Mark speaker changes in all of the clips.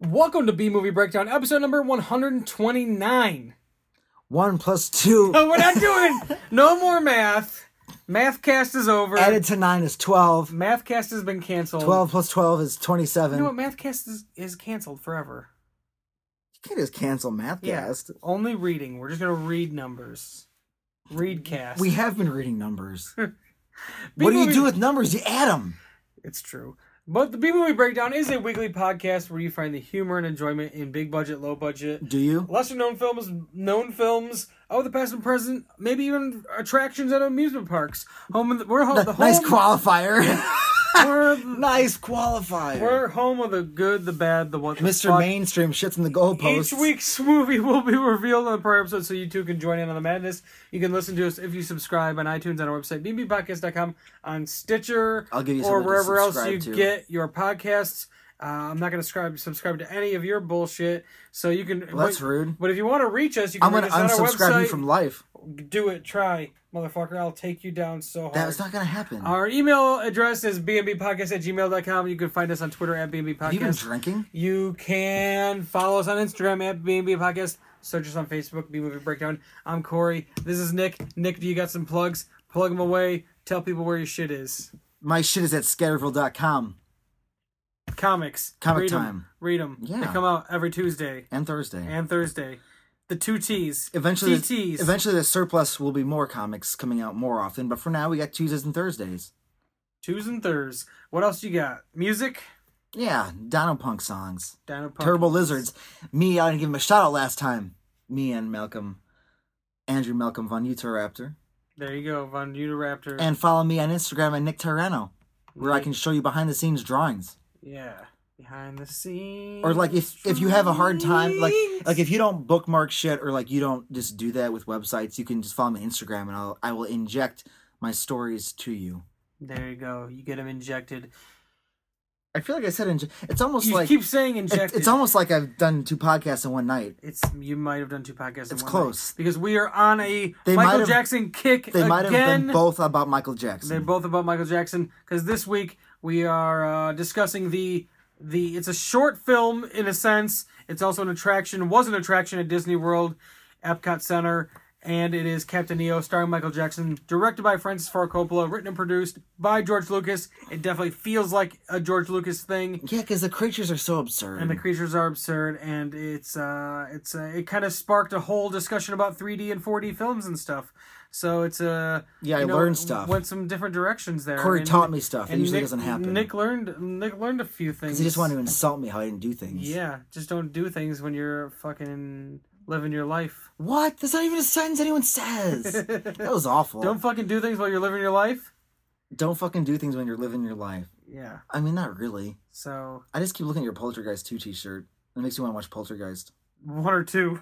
Speaker 1: Welcome to B Movie Breakdown, episode number 129.
Speaker 2: One plus two
Speaker 1: No, we're not doing no more math. Mathcast is over.
Speaker 2: added to nine is 12.
Speaker 1: Mathcast has been canceled.
Speaker 2: 12 plus 12 is
Speaker 1: You
Speaker 2: 27.
Speaker 1: know
Speaker 2: You
Speaker 1: what? Mathcast is, is canceled forever.
Speaker 2: can't just cancel Mathcast.
Speaker 1: Only reading. We're just going to read numbers. Readcast.
Speaker 2: We have been reading numbers.
Speaker 1: B
Speaker 2: what do you
Speaker 1: movie-
Speaker 2: do with numbers? You add them.
Speaker 1: It's true. But the B Movie Breakdown is a weekly podcast where you find the humor and enjoyment in big budget, low budget,
Speaker 2: Do you?
Speaker 1: lesser known films, known films of the past and present, maybe even attractions at amusement parks. Home of the, we're home, the home,
Speaker 2: nice qualifier.
Speaker 1: we're, the-
Speaker 2: nice qualifier.
Speaker 1: we're home of the good, the bad, the what, the
Speaker 2: Mr.
Speaker 1: fuck.
Speaker 2: Mainstream shits in the
Speaker 1: Each
Speaker 2: goalposts.
Speaker 1: week's movie will be revealed on the prior episode, so you too can join in on the madness. You can listen to us if you subscribe on iTunes on our website, bbpodcast.com, on Stitcher,
Speaker 2: I'll give
Speaker 1: or
Speaker 2: you something to
Speaker 1: wherever else
Speaker 2: subscribe
Speaker 1: you
Speaker 2: to.
Speaker 1: get your podcasts. Uh, I'm not going to subscribe, subscribe to any of your bullshit, so you can.
Speaker 2: Well, that's
Speaker 1: but,
Speaker 2: rude.
Speaker 1: But if you want to reach us, you
Speaker 2: I'm
Speaker 1: can
Speaker 2: going
Speaker 1: reach
Speaker 2: to
Speaker 1: us on our
Speaker 2: unsubscribe you
Speaker 1: website.
Speaker 2: from life.
Speaker 1: Do it, try, motherfucker. I'll take you down so hard.
Speaker 2: That's not going to happen.
Speaker 1: Our email address is bnbpodcast at gmail.com. You can find us on Twitter at
Speaker 2: Have you been
Speaker 1: bnbpodcast.
Speaker 2: drinking?
Speaker 1: You can follow us on Instagram at BNB Podcast. Search us on Facebook, B Movie Breakdown. I'm Corey. This is Nick. Nick, do you got some plugs? Plug them away. Tell people where your shit is.
Speaker 2: My shit is at scatterville.com
Speaker 1: Comics.
Speaker 2: Comic
Speaker 1: Read 'em.
Speaker 2: time.
Speaker 1: Read them. They
Speaker 2: Yeah.
Speaker 1: come out every Tuesday
Speaker 2: and Thursday.
Speaker 1: and Thursday. The two T's.
Speaker 2: Eventually,
Speaker 1: TTs.
Speaker 2: eventually the surplus will be more comics coming out more often. But for now, we got Tuesdays and Thursdays.
Speaker 1: Twos and thurs. What else you got? Music.
Speaker 2: Yeah, Dino Punk songs.
Speaker 1: Dino Punk.
Speaker 2: Terrible Lizards. Me, I didn't give him a shout out last time. Me and Malcolm, Andrew Malcolm von Uteraptor,
Speaker 1: There you go. Von Uteraptor.
Speaker 2: and follow me on Instagram at Nick Tyranno, where I can show you behind the scenes drawings.
Speaker 1: yeah. Behind the scenes.
Speaker 2: Or like if if you have a hard time, like like if you don't bookmark shit, or like you don't just do that with websites, you can just follow me on Instagram, and I'll I will inject my stories to you.
Speaker 1: There you go. You get them injected.
Speaker 2: I feel like I said inje- it's almost
Speaker 1: you
Speaker 2: like
Speaker 1: keep saying
Speaker 2: It-
Speaker 1: injected.
Speaker 2: it's almost like I've done two podcasts in one night.
Speaker 1: It's you might have done two podcasts. in
Speaker 2: It's
Speaker 1: one
Speaker 2: close.
Speaker 1: night. because we are on a
Speaker 2: They might
Speaker 1: Michael
Speaker 2: have-
Speaker 1: Jackson kick
Speaker 2: They
Speaker 1: again.
Speaker 2: might have been both about Michael Jackson.
Speaker 1: They're both about Michael Jackson because this week we are uh, discussing the the. It's a short film in a sense. It's also an attraction. Was an attraction at Disney World, Epcot Center, and it is Captain EO, starring Michael Jackson, directed by Francis Ford Coppola, written and produced by George Lucas. It definitely feels like a George Lucas thing.
Speaker 2: yeah, because the creatures are so absurd.
Speaker 1: and the creatures are absurd and it's uh it's uh, it kind of sparked a whole discussion about 3d and 4d films and stuff so it's uh
Speaker 2: Yeah,
Speaker 1: you
Speaker 2: I learned stuff.
Speaker 1: went some different directions there
Speaker 2: Corey
Speaker 1: And-
Speaker 2: taught me stuff. It
Speaker 1: and
Speaker 2: usually
Speaker 1: Nick-
Speaker 2: doesn't happen.
Speaker 1: nick learned nick learned a few things
Speaker 2: he just wanted to insult me how I didn't do things.
Speaker 1: yeah just don't do things when you're fucking living your life
Speaker 2: What? That's not even a sentence anyone says. that was awful.
Speaker 1: don't
Speaker 2: Don't,
Speaker 1: fucking do things while you're living your life
Speaker 2: fucking do things when you're living your life.
Speaker 1: yeah
Speaker 2: I mean, not really.
Speaker 1: so
Speaker 2: I just keep looking at your Poltergeist 2 t shirt. It makes me want to watch Poltergeist.
Speaker 1: one or two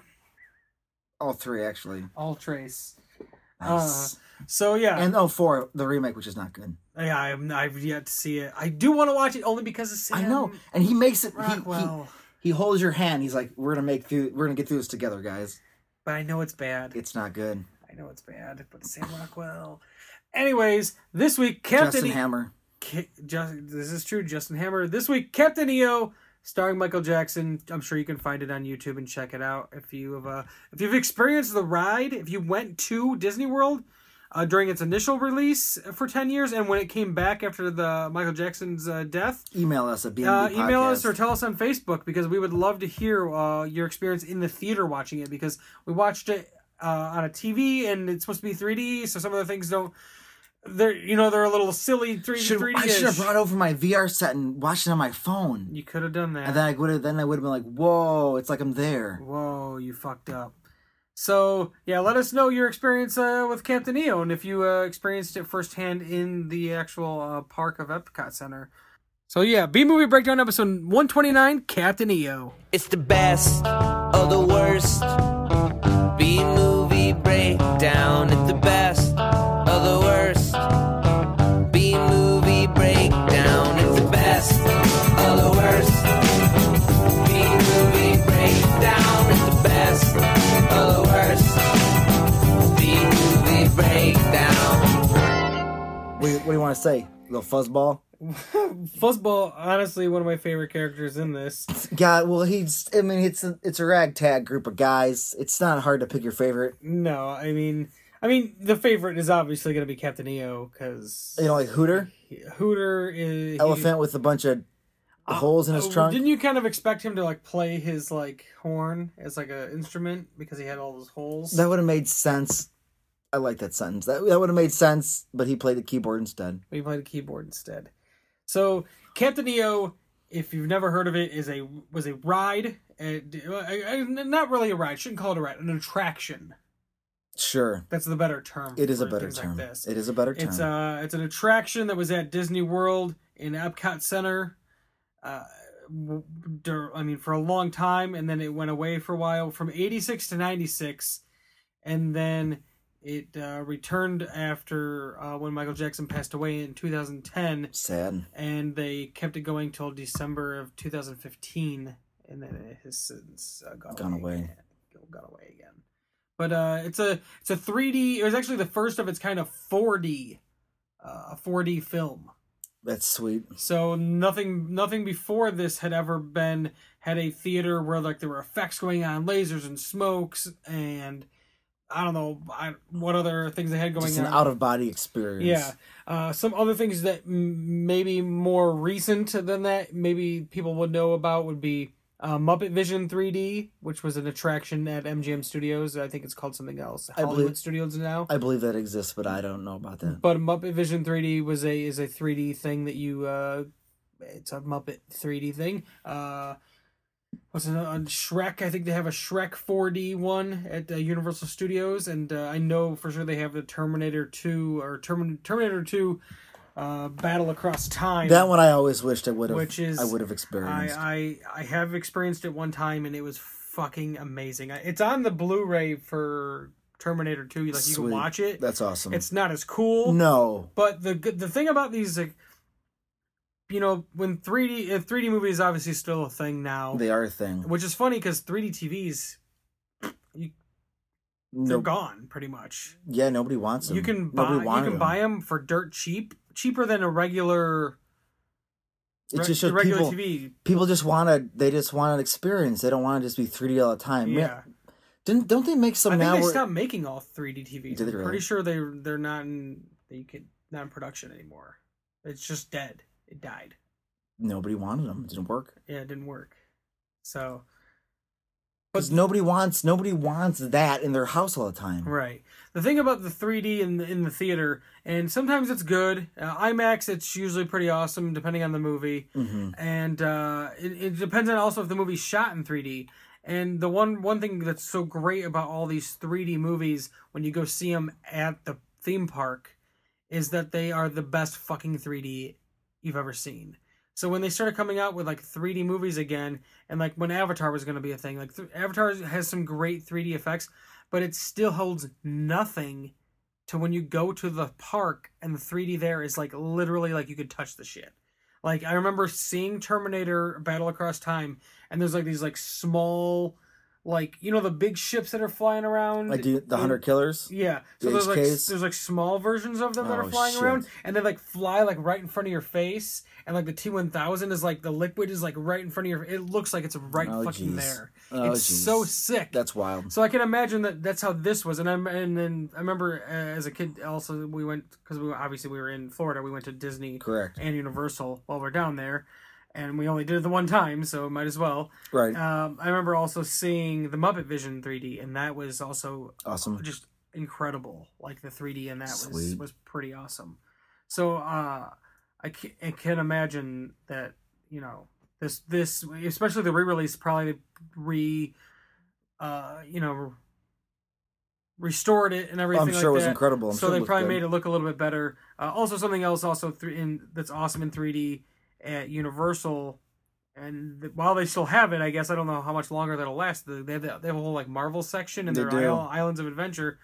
Speaker 2: All three, actually.
Speaker 1: all trace
Speaker 2: Nice.
Speaker 1: so Uh, yeah
Speaker 2: and oh, four, the remake, which is not good.
Speaker 1: yeah I'm, i've yet to see it i do want to watch it only because of sam
Speaker 2: I know. And he makes it. He, he,
Speaker 1: rockwell
Speaker 2: he holds your hand. He's like, "We're gonna make through. We're gonna get through this together, guys."
Speaker 1: but I know it's bad.
Speaker 2: It's not good.
Speaker 1: I know it's bad, but Sam Rockwell. Anyways, this week Captain
Speaker 2: Justin
Speaker 1: EO.
Speaker 2: Hammer.
Speaker 1: this is true, Justin Hammer. This week Captain EO, starring Michael Jackson. I'm sure you can find it on YouTube and check it out if you have uh, if you've experienced the ride. If you went to Disney World uh, during its initial release for ten years, and when it came back after the Michael Jackson's uh, death,
Speaker 2: Email us at BNB
Speaker 1: uh, email us
Speaker 2: Podcast.
Speaker 1: or tell us on Facebook because we would love to hear uh, your experience in the theater watching it because we watched it uh, on a TV and it's supposed to be 3D, so some of the things don't. They're you know they're a little silly 3
Speaker 2: should,
Speaker 1: 3D.
Speaker 2: I should have brought over my VR set and watched it on my phone,
Speaker 1: you could have done that.
Speaker 2: and then I would have. Then I would have been like, "Whoa, it's like I'm there."
Speaker 1: Whoa, you fucked up. So yeah, let us know your experience uh, with Captain EO and if you uh, experienced it firsthand in the actual uh, park of Epcot Center. So yeah, B movie breakdown episode 129, Captain EO.
Speaker 3: It's the best of the worst. B movie breakdown. It's the best of the worst. B movie breakdown. It's the best of the worst. B movie breakdown. It's the best of the worst. B movie breakdown.
Speaker 2: What, do you- what do you want to say? little fuzzball.
Speaker 1: Fuzzball, honestly, one of my favorite characters in this.
Speaker 2: God, well, he's. I mean, it's a, it's a ragtag group of guys. It's not hard to pick your favorite.
Speaker 1: No, I mean, I mean, the favorite is obviously going to be Captain EO because
Speaker 2: You know, like Hooter,
Speaker 1: Hooter is he-
Speaker 2: elephant with a bunch of
Speaker 1: Uh,
Speaker 2: holes in his
Speaker 1: uh,
Speaker 2: trunk.
Speaker 1: Didn't you kind of expect him to like play his like horn as like a instrument because he had all those holes?
Speaker 2: That would have made sense. I like that sentence. That that would have made sense, but he played the keyboard instead.
Speaker 1: But he played a keyboard instead. So Captain EO, if you've never heard of it, is a was a ride. At, uh, not really a ride. Shouldn't call it a ride. An attraction.
Speaker 2: Sure,
Speaker 1: That's the better term.
Speaker 2: it is a
Speaker 1: for
Speaker 2: better
Speaker 1: things
Speaker 2: term.
Speaker 1: Like this.
Speaker 2: it is a better term.
Speaker 1: It's uh it's an attraction that was at Disney World in Epcot Center. Uh, w- dur- I mean for a long time, and then it went away for a while from '86 to '96, and then it uh, returned after uh, when Michael Jackson passed away in 2010,
Speaker 2: Sad.
Speaker 1: and they kept it going till December of 2015, and then it has since uh, gone,
Speaker 2: Gone away.
Speaker 1: again. Gone away again. But uh, it's a it's a 3D. It was actually the first of its kind of 4D, uh, a 4D film.
Speaker 2: That's sweet.
Speaker 1: So nothing nothing before this had ever been had a theater where like there were effects going on, lasers and smokes, and I don't know I, what other things they had going
Speaker 2: Just
Speaker 1: on.
Speaker 2: an out of body experience.
Speaker 1: Yeah. Uh, some other things that m- maybe more recent than that, maybe people would know about would be uh, Muppet Vision 3D, which was an attraction at MGM Studios. I think it's called something else. Hollywood
Speaker 2: believe-
Speaker 1: Studios now.
Speaker 2: I believe that exists, but I don't know about that.
Speaker 1: but Muppet Vision 3D was a is a 3D thing that you uh, it's a Muppet 3D thing. Uh, what's another on Shrek? I think they have a Shrek 4D one at uh, Universal Studios, and uh, I know for sure they have the Terminator 2 or Termin- Terminator 2 uh, Battle Across Time.
Speaker 2: That one I always wished I would have.
Speaker 1: Which is-
Speaker 2: I would have experienced.
Speaker 1: I, I I have experienced it one time, and it was fucking amazing. I- It's on the Blu-ray for Terminator 2. Like you
Speaker 2: Sweet.
Speaker 1: can watch it.
Speaker 2: That's awesome.
Speaker 1: It's not as cool.
Speaker 2: no.
Speaker 1: But the good- the thing about these, like, you know, when 3D uh, 3D movie is obviously still a thing now,
Speaker 2: They are a thing.
Speaker 1: which is funny because 3D TVs they're
Speaker 2: No,
Speaker 1: gone pretty much.
Speaker 2: yeah, nobody wants them.
Speaker 1: You can buy
Speaker 2: nobody
Speaker 1: you
Speaker 2: wanted
Speaker 1: can
Speaker 2: them.
Speaker 1: buy them for dirt cheap, cheaper than a regular
Speaker 2: It's
Speaker 1: re-
Speaker 2: just shows
Speaker 1: regular
Speaker 2: people.
Speaker 1: TV.
Speaker 2: People just want to. They just want an experience. They don't want to just be 3D all the time. Man,
Speaker 1: Yeah,
Speaker 2: Didn't don't they make
Speaker 1: I
Speaker 2: some
Speaker 1: think
Speaker 2: now?
Speaker 1: they
Speaker 2: Where,
Speaker 1: stopped making all 3D TVs.
Speaker 2: Did they
Speaker 1: I'm
Speaker 2: really?
Speaker 1: Pretty sure they they're not in they could not in production anymore. It's just dead. It died.
Speaker 2: nobody wanted them. It didn't work.
Speaker 1: Yeah, it didn't work. So
Speaker 2: Because nobody wants nobody wants that in their house all the time.
Speaker 1: Right. The thing about the 3D in the, in the theater, and sometimes it's good. Uh, IMAX, it's usually pretty awesome, depending on the movie,
Speaker 2: hmm
Speaker 1: and uh, it, it depends on also if the movie's shot in 3D. And the one one thing that's so great about all these 3D movies when you go see them at the theme park is that they are the best fucking 3D you've ever seen. So when they started coming out with like 3D movies again, and like when Avatar was going to be a thing, like th- Avatar has some great 3D effects, but it still holds nothing to when you go to the park and the 3D there is like literally like you could touch the shit. Like I remember seeing Terminator Battle Across Time, and there's like these like small, like you know the big ships that are flying around.
Speaker 2: Like the, the
Speaker 1: in-
Speaker 2: hundred killers.
Speaker 1: yeah. So
Speaker 2: The
Speaker 1: there's like
Speaker 2: HKs?
Speaker 1: there's like small versions of them that
Speaker 2: Oh,
Speaker 1: are flying
Speaker 2: shit.
Speaker 1: around, and they like fly like right in front of your face, and like the T1000 is like the liquid is like right in front of your. It looks like it's right
Speaker 2: Oh,
Speaker 1: fucking
Speaker 2: jeez.
Speaker 1: there.
Speaker 2: Oh,
Speaker 1: it's
Speaker 2: jeez.
Speaker 1: so sick.
Speaker 2: That's wild.
Speaker 1: So I can imagine that that's how this was, and I and then I remember uh, as a kid also we went because we were- obviously we were in Florida, we went to Disney
Speaker 2: Correct.
Speaker 1: and Universal while we're down there, and we only did it the one time, so might as well.
Speaker 2: Right.
Speaker 1: Um, I remember also seeing the Muppet Vision 3D, and that was also
Speaker 2: awesome.
Speaker 1: just incredible. Like the 3D in that was
Speaker 2: Sweet.
Speaker 1: was pretty awesome. So uh, I can, I can imagine that you know this this especially the re-release probably re uh you know restored it and everything.
Speaker 2: I'm sure
Speaker 1: like
Speaker 2: it was
Speaker 1: that.
Speaker 2: incredible. I'm
Speaker 1: so
Speaker 2: sure
Speaker 1: they
Speaker 2: looked
Speaker 1: probably
Speaker 2: good.
Speaker 1: made it look a little bit better. Uh, also, something else also th- in that's awesome in 3D at Universal. And th- while they still have it, I guess I don't know how much longer that'll last. They they have, that- they have a whole like Marvel section and
Speaker 2: They
Speaker 1: their
Speaker 2: do.
Speaker 1: Isle- Islands of Adventure,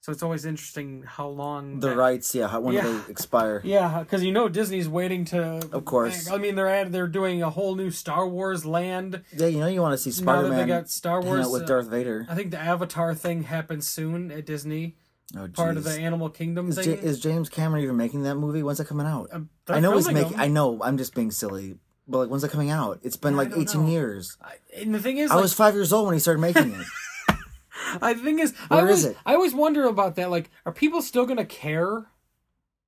Speaker 1: so it's always interesting how long
Speaker 2: the
Speaker 1: that-
Speaker 2: rights. Yeah. How, when do
Speaker 1: Yeah.
Speaker 2: they expire?
Speaker 1: Yeah, because you know Disney's waiting to.
Speaker 2: Of course.
Speaker 1: I mean, they're at, they're doing a whole new Star Wars land.
Speaker 2: Yeah. You know you want to see
Speaker 1: Now
Speaker 2: Spider
Speaker 1: that they
Speaker 2: Man
Speaker 1: got Star
Speaker 2: hang
Speaker 1: Wars,
Speaker 2: out with
Speaker 1: uh,
Speaker 2: Darth Vader.
Speaker 1: I think the Avatar thing happens soon at Disney.
Speaker 2: Oh,
Speaker 1: part of the
Speaker 2: geez.
Speaker 1: Animal Kingdom
Speaker 2: Is,
Speaker 1: thing.
Speaker 2: Ja- is James Cameron even making that movie? When's that coming out?
Speaker 1: Um, they're
Speaker 2: I know he's
Speaker 1: filming
Speaker 2: making.
Speaker 1: them.
Speaker 2: I know. I'm just being silly. But like, when's that coming out? It's been
Speaker 1: Yeah, I
Speaker 2: like
Speaker 1: don't
Speaker 2: 18
Speaker 1: know.
Speaker 2: years.
Speaker 1: I- and the thing is,
Speaker 2: I
Speaker 1: like,
Speaker 2: was five years old when he started making it.
Speaker 1: I, the thing is, I
Speaker 2: Where
Speaker 1: always,
Speaker 2: is it?
Speaker 1: I always wonder about that. Like, are people still gonna care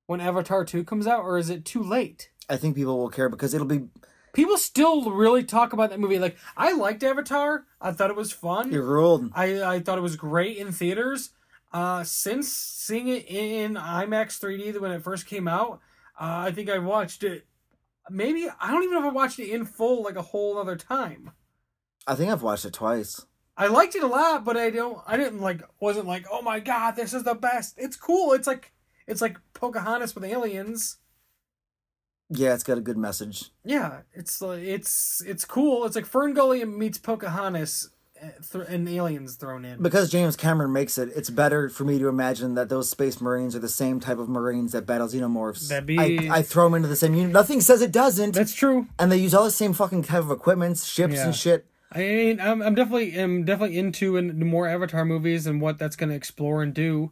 Speaker 1: when Avatar two comes out, or is it too late?
Speaker 2: I think people will care because it'll be
Speaker 1: People still really talk about that movie. Like, I liked Avatar. I thought it was fun.
Speaker 2: you're old.
Speaker 1: I, I thought it was great in theaters. Uh, since seeing it in IMAX 3D when it first came out, uh, I think I watched it. Maybe I don't even know if I watched it in full like a whole other time.
Speaker 2: I think I've watched it twice.
Speaker 1: I liked it a lot, but I don't. I didn't like. Wasn't like, oh my god, this is the best. It's cool. It's like it's like Pocahontas with aliens.
Speaker 2: Yeah, it's got a good message.
Speaker 1: Yeah, it's like it's it's cool. It's like Fern Gully meets Pocahontas uh, th- and aliens thrown in.
Speaker 2: Because James Cameron makes it, it's better for me to imagine that those space marines are the same type of marines that battle xenomorphs.
Speaker 1: That'd be-
Speaker 2: I, I throw them into the same unit. Nothing says it doesn't.
Speaker 1: That's true.
Speaker 2: and they use all the same fucking type of equipment, ships
Speaker 1: Yeah.
Speaker 2: and shit.
Speaker 1: I mean, I'm, I'm definitely I'm definitely into in more Avatar movies and what that's going to explore and do.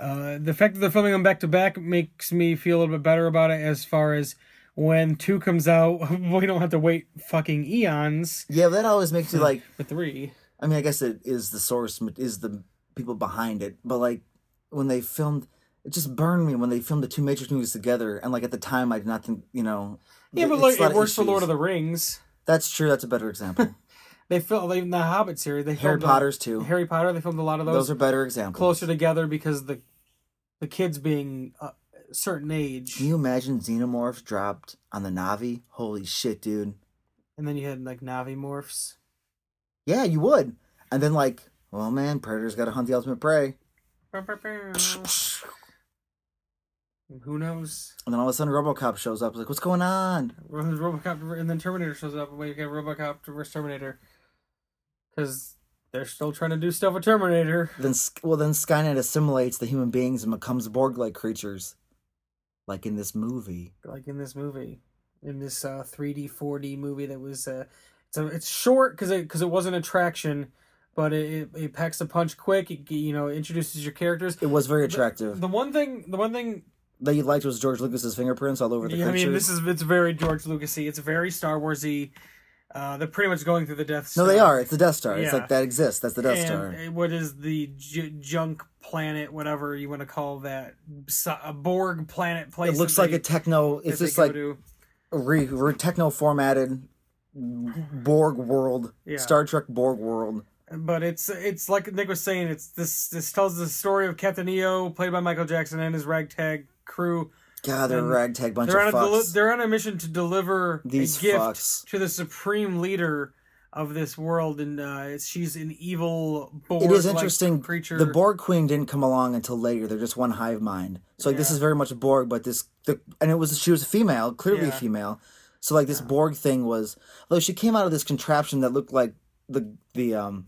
Speaker 1: Uh, the fact that they're filming them back to back makes me feel a little bit better about it. As far as when two comes out, we don't have to wait fucking eons
Speaker 2: Yeah, that always makes you like.
Speaker 1: for three.
Speaker 2: I mean, I guess it is the source, is the people behind it. But like when they filmed, it just burned me when they filmed the two Matrix movies together. And like at the time, I did not think, you know.
Speaker 1: Yeah, but
Speaker 2: it's
Speaker 1: like
Speaker 2: a lot
Speaker 1: it works for Lord of
Speaker 2: issues.
Speaker 1: the Rings.
Speaker 2: That's true. That's a better example.
Speaker 1: They filmed in the Hobbit series. They
Speaker 2: Harry
Speaker 1: filmed a-
Speaker 2: Potter's too.
Speaker 1: Harry Potter. They filmed a lot of those,
Speaker 2: Those are better examples.
Speaker 1: closer together because the the kids being a certain age,
Speaker 2: Can you imagine Xenomorphs dropped on the Navi? Holy shit, dude.
Speaker 1: and then you had like Navi morphs.
Speaker 2: Yeah, you would. And then like, well, man, predators got to hunt the ultimate prey.
Speaker 1: Who knows?
Speaker 2: And then all of a sudden, RoboCop shows up. Like, what's going on?
Speaker 1: RoboCop and then Terminator shows up, and we get RoboCop versus Terminator because they're still trying to do stuff with Terminator.
Speaker 2: Then, Sk- well, then Skynet assimilates the human beings and becomes Borg-like creatures, like in this movie.
Speaker 1: like in this movie, in this uh, 3D 4D movie that was uh, it's a, it's short because it because it wasn't attraction, but it, it it packs a punch quick. It you know introduces your characters.
Speaker 2: It was very attractive.
Speaker 1: The one thing the one thing
Speaker 2: that you liked was George Lucas's fingerprints all over the
Speaker 1: Yeah, I
Speaker 2: creatures.
Speaker 1: mean, this is it's very George Lucasy. It's very Star Warsy. Uh, they're pretty much going through the Death Star.
Speaker 2: no, they are. It's the Death Star. It's
Speaker 1: Yeah.
Speaker 2: like that exists. That's the Death
Speaker 1: and
Speaker 2: Star.
Speaker 1: uh, what is the j- junk planet, whatever you want to call that, so- a Borg planet place?
Speaker 2: It looks
Speaker 1: that
Speaker 2: like
Speaker 1: they-
Speaker 2: a techno.
Speaker 1: that
Speaker 2: It's
Speaker 1: they
Speaker 2: just
Speaker 1: go
Speaker 2: like
Speaker 1: to.
Speaker 2: re, re techno formatted Borg world.
Speaker 1: Yeah.
Speaker 2: Star Trek Borg world.
Speaker 1: But it's it's like Nick was saying. It's this this tells the story of Captain EO, played by Michael Jackson, and his ragtag crew.
Speaker 2: God, they're a
Speaker 1: And
Speaker 2: ragtag bunch
Speaker 1: They're on a
Speaker 2: of
Speaker 1: deli-
Speaker 2: fucks.
Speaker 1: they're on a mission to deliver
Speaker 2: These
Speaker 1: a gift
Speaker 2: fucks.
Speaker 1: to the supreme leader of this world, and uh, she's an evil Borg.
Speaker 2: It is interesting.
Speaker 1: creature.
Speaker 2: The Borg Queen didn't come along until later. They're just one hive mind. So like this
Speaker 1: Yeah.
Speaker 2: is very much Borg, but this the and it was she was a female, clearly a
Speaker 1: Yeah.
Speaker 2: female. So like this Borg thing was though she came out of this contraption that looked like the the um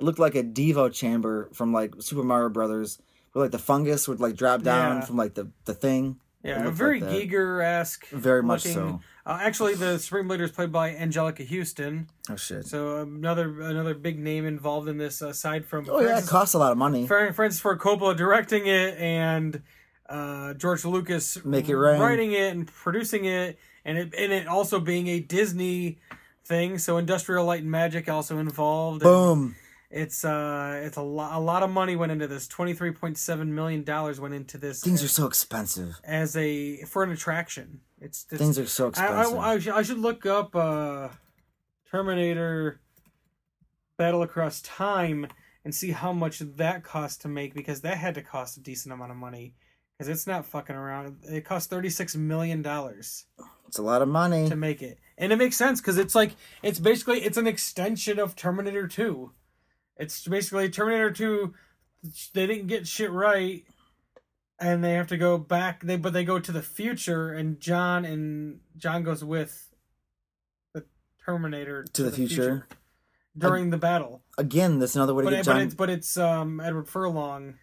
Speaker 2: it looked like a Devo chamber from like Super Mario Brothers, where like the fungus would like drop down
Speaker 1: Yeah.
Speaker 2: from like the the thing. It
Speaker 1: yeah,
Speaker 2: looked
Speaker 1: very
Speaker 2: like that.
Speaker 1: Giger esque.
Speaker 2: Very much so.
Speaker 1: Uh, actually, the supreme leader is played by Angelica Houston,
Speaker 2: Oh shit!
Speaker 1: so another another big name involved in this. Aside from
Speaker 2: Oh yeah, it
Speaker 1: Francis,
Speaker 2: costs a lot of money.
Speaker 1: Fra- Francis Ford Coppola directing it and uh, George Lucas
Speaker 2: Make it rain.
Speaker 1: writing it and producing it, and it and it also being a Disney thing. So Industrial Light and Magic also involved. and
Speaker 2: Boom.
Speaker 1: It's uh, it's a lot a lot of money went into this. Twenty three point seven million dollars went into this.
Speaker 2: Things are so expensive.
Speaker 1: as a for an attraction. It's, it's
Speaker 2: Things are so
Speaker 1: I,
Speaker 2: expensive.
Speaker 1: I, I, should, I should look up uh, Terminator Battle Across Time and see how much that cost to make because that had to cost a decent amount of money because it's not fucking around. It cost thirty six million dollars
Speaker 2: it's a lot of money.
Speaker 1: to make it, and it makes sense because it's like it's basically it's an extension of Terminator Two. It's basically Terminator Two. They didn't get shit right, and they have to go back. They but they go to the future, and John and John goes with the Terminator
Speaker 2: To the future.
Speaker 1: during the battle.
Speaker 2: Again, that's another way to
Speaker 1: But,
Speaker 2: get
Speaker 1: it,
Speaker 2: John.
Speaker 1: but it's but it's um Edward Furlong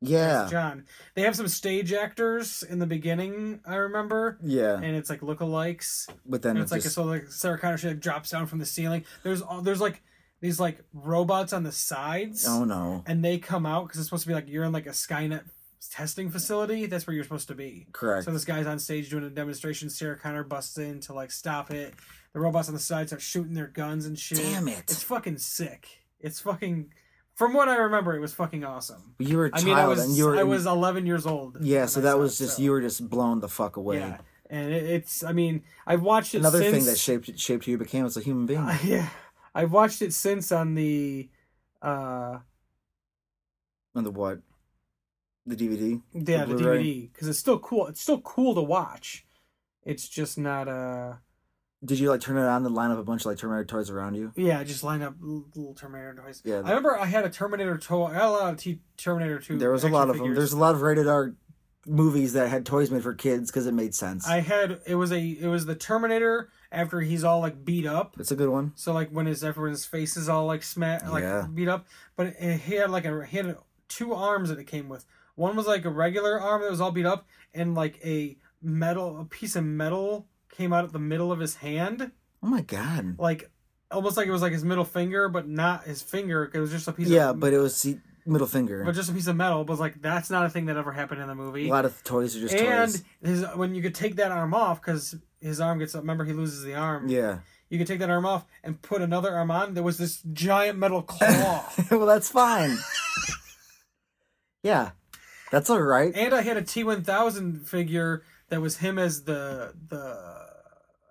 Speaker 2: yeah.
Speaker 1: as John. They have some stage actors in the beginning. I remember.
Speaker 2: Yeah,
Speaker 1: And it's like lookalikes.
Speaker 2: but then
Speaker 1: And
Speaker 2: it
Speaker 1: it's like
Speaker 2: just-
Speaker 1: so like Sarah Connor she like drops down from the ceiling. There's all there's like these like robots on the sides,
Speaker 2: Oh no.
Speaker 1: and they come out because it's supposed to be like you're in like a Skynet testing facility. That's where you're supposed to be.
Speaker 2: Correct.
Speaker 1: So this guy's on stage doing a demonstration. Sarah Connor busts in to like stop it. The robots on the side start shooting their guns and shit.
Speaker 2: Damn it.
Speaker 1: It's fucking sick. It's fucking. From what I remember, it was fucking awesome.
Speaker 2: you were a
Speaker 1: I
Speaker 2: child
Speaker 1: mean, I was
Speaker 2: and you were
Speaker 1: I was 11 years old.
Speaker 2: Yeah,
Speaker 1: when
Speaker 2: so
Speaker 1: I
Speaker 2: that
Speaker 1: saw
Speaker 2: was
Speaker 1: it,
Speaker 2: just
Speaker 1: so-
Speaker 2: you were just blown the fuck away.
Speaker 1: Yeah, and it, it's. I mean, I've watched it.
Speaker 2: Another thing
Speaker 1: since-
Speaker 2: that shaped shaped who you became as a human being.
Speaker 1: Uh, yeah, I've watched it since on the uh
Speaker 2: and the what? The DVD.
Speaker 1: yeah the,
Speaker 2: Blu-ray.
Speaker 1: DVD because it's still cool. It's still cool to watch. It's just not uh
Speaker 2: Did you like turn it on and line up a bunch of like Terminator toys around you?
Speaker 1: yeah just line up l- little Terminator toys.
Speaker 2: Yeah.
Speaker 1: I remember I had a Terminator toy. I had a lot of T- Terminator two.
Speaker 2: There was a
Speaker 1: action
Speaker 2: lot of them.
Speaker 1: figures.
Speaker 2: There's a lot of rated R movies that had toys made for kids because it made sense.
Speaker 1: I had it was a it was the Terminator after he's all like beat up.
Speaker 2: It's a good one.
Speaker 1: So like when his everyone's face is all like sma like
Speaker 2: Yeah.
Speaker 1: beat up, but it, it- he had like a he had two arms that it came with. One was like a regular arm that was all beat up, and like a metal a piece of metal came out of the middle of his hand,
Speaker 2: Oh my god.
Speaker 1: like almost like it was like his middle finger, but not his finger. It was just a piece.
Speaker 2: Yeah,
Speaker 1: of,
Speaker 2: but it was see, middle
Speaker 1: but
Speaker 2: finger.
Speaker 1: just a piece of metal. But like that's not a thing that ever happened in the
Speaker 2: A
Speaker 1: movie.
Speaker 2: lot of toys are just
Speaker 1: and
Speaker 2: toys.
Speaker 1: his when you could take that arm off because his arm gets remember he loses the arm.
Speaker 2: Yeah.
Speaker 1: You could take that arm off and put another arm on. There was this giant metal claw.
Speaker 2: well, that's fine. yeah, that's all right.
Speaker 1: and I had a T one thousand figure that was him as the the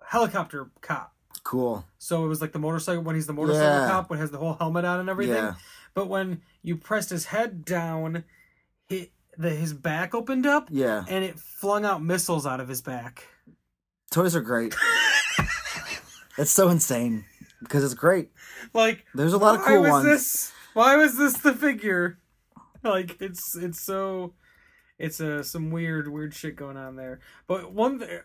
Speaker 1: helicopter cop.
Speaker 2: Cool.
Speaker 1: So it was like the motorcycle when he's the motorcycle
Speaker 2: Yeah.
Speaker 1: cop, when he has the whole helmet on and everything.
Speaker 2: Yeah.
Speaker 1: But when you pressed his head down, he, the, his back opened up
Speaker 2: Yeah.
Speaker 1: and it flung out missiles out of his back.
Speaker 2: Toys are great. That's so insane because it's great.
Speaker 1: Like
Speaker 2: There's a lot of
Speaker 1: why
Speaker 2: cool
Speaker 1: was
Speaker 2: ones.
Speaker 1: this? Why was this the figure? Like it's it's so it's uh, some weird weird shit going on there. But one th-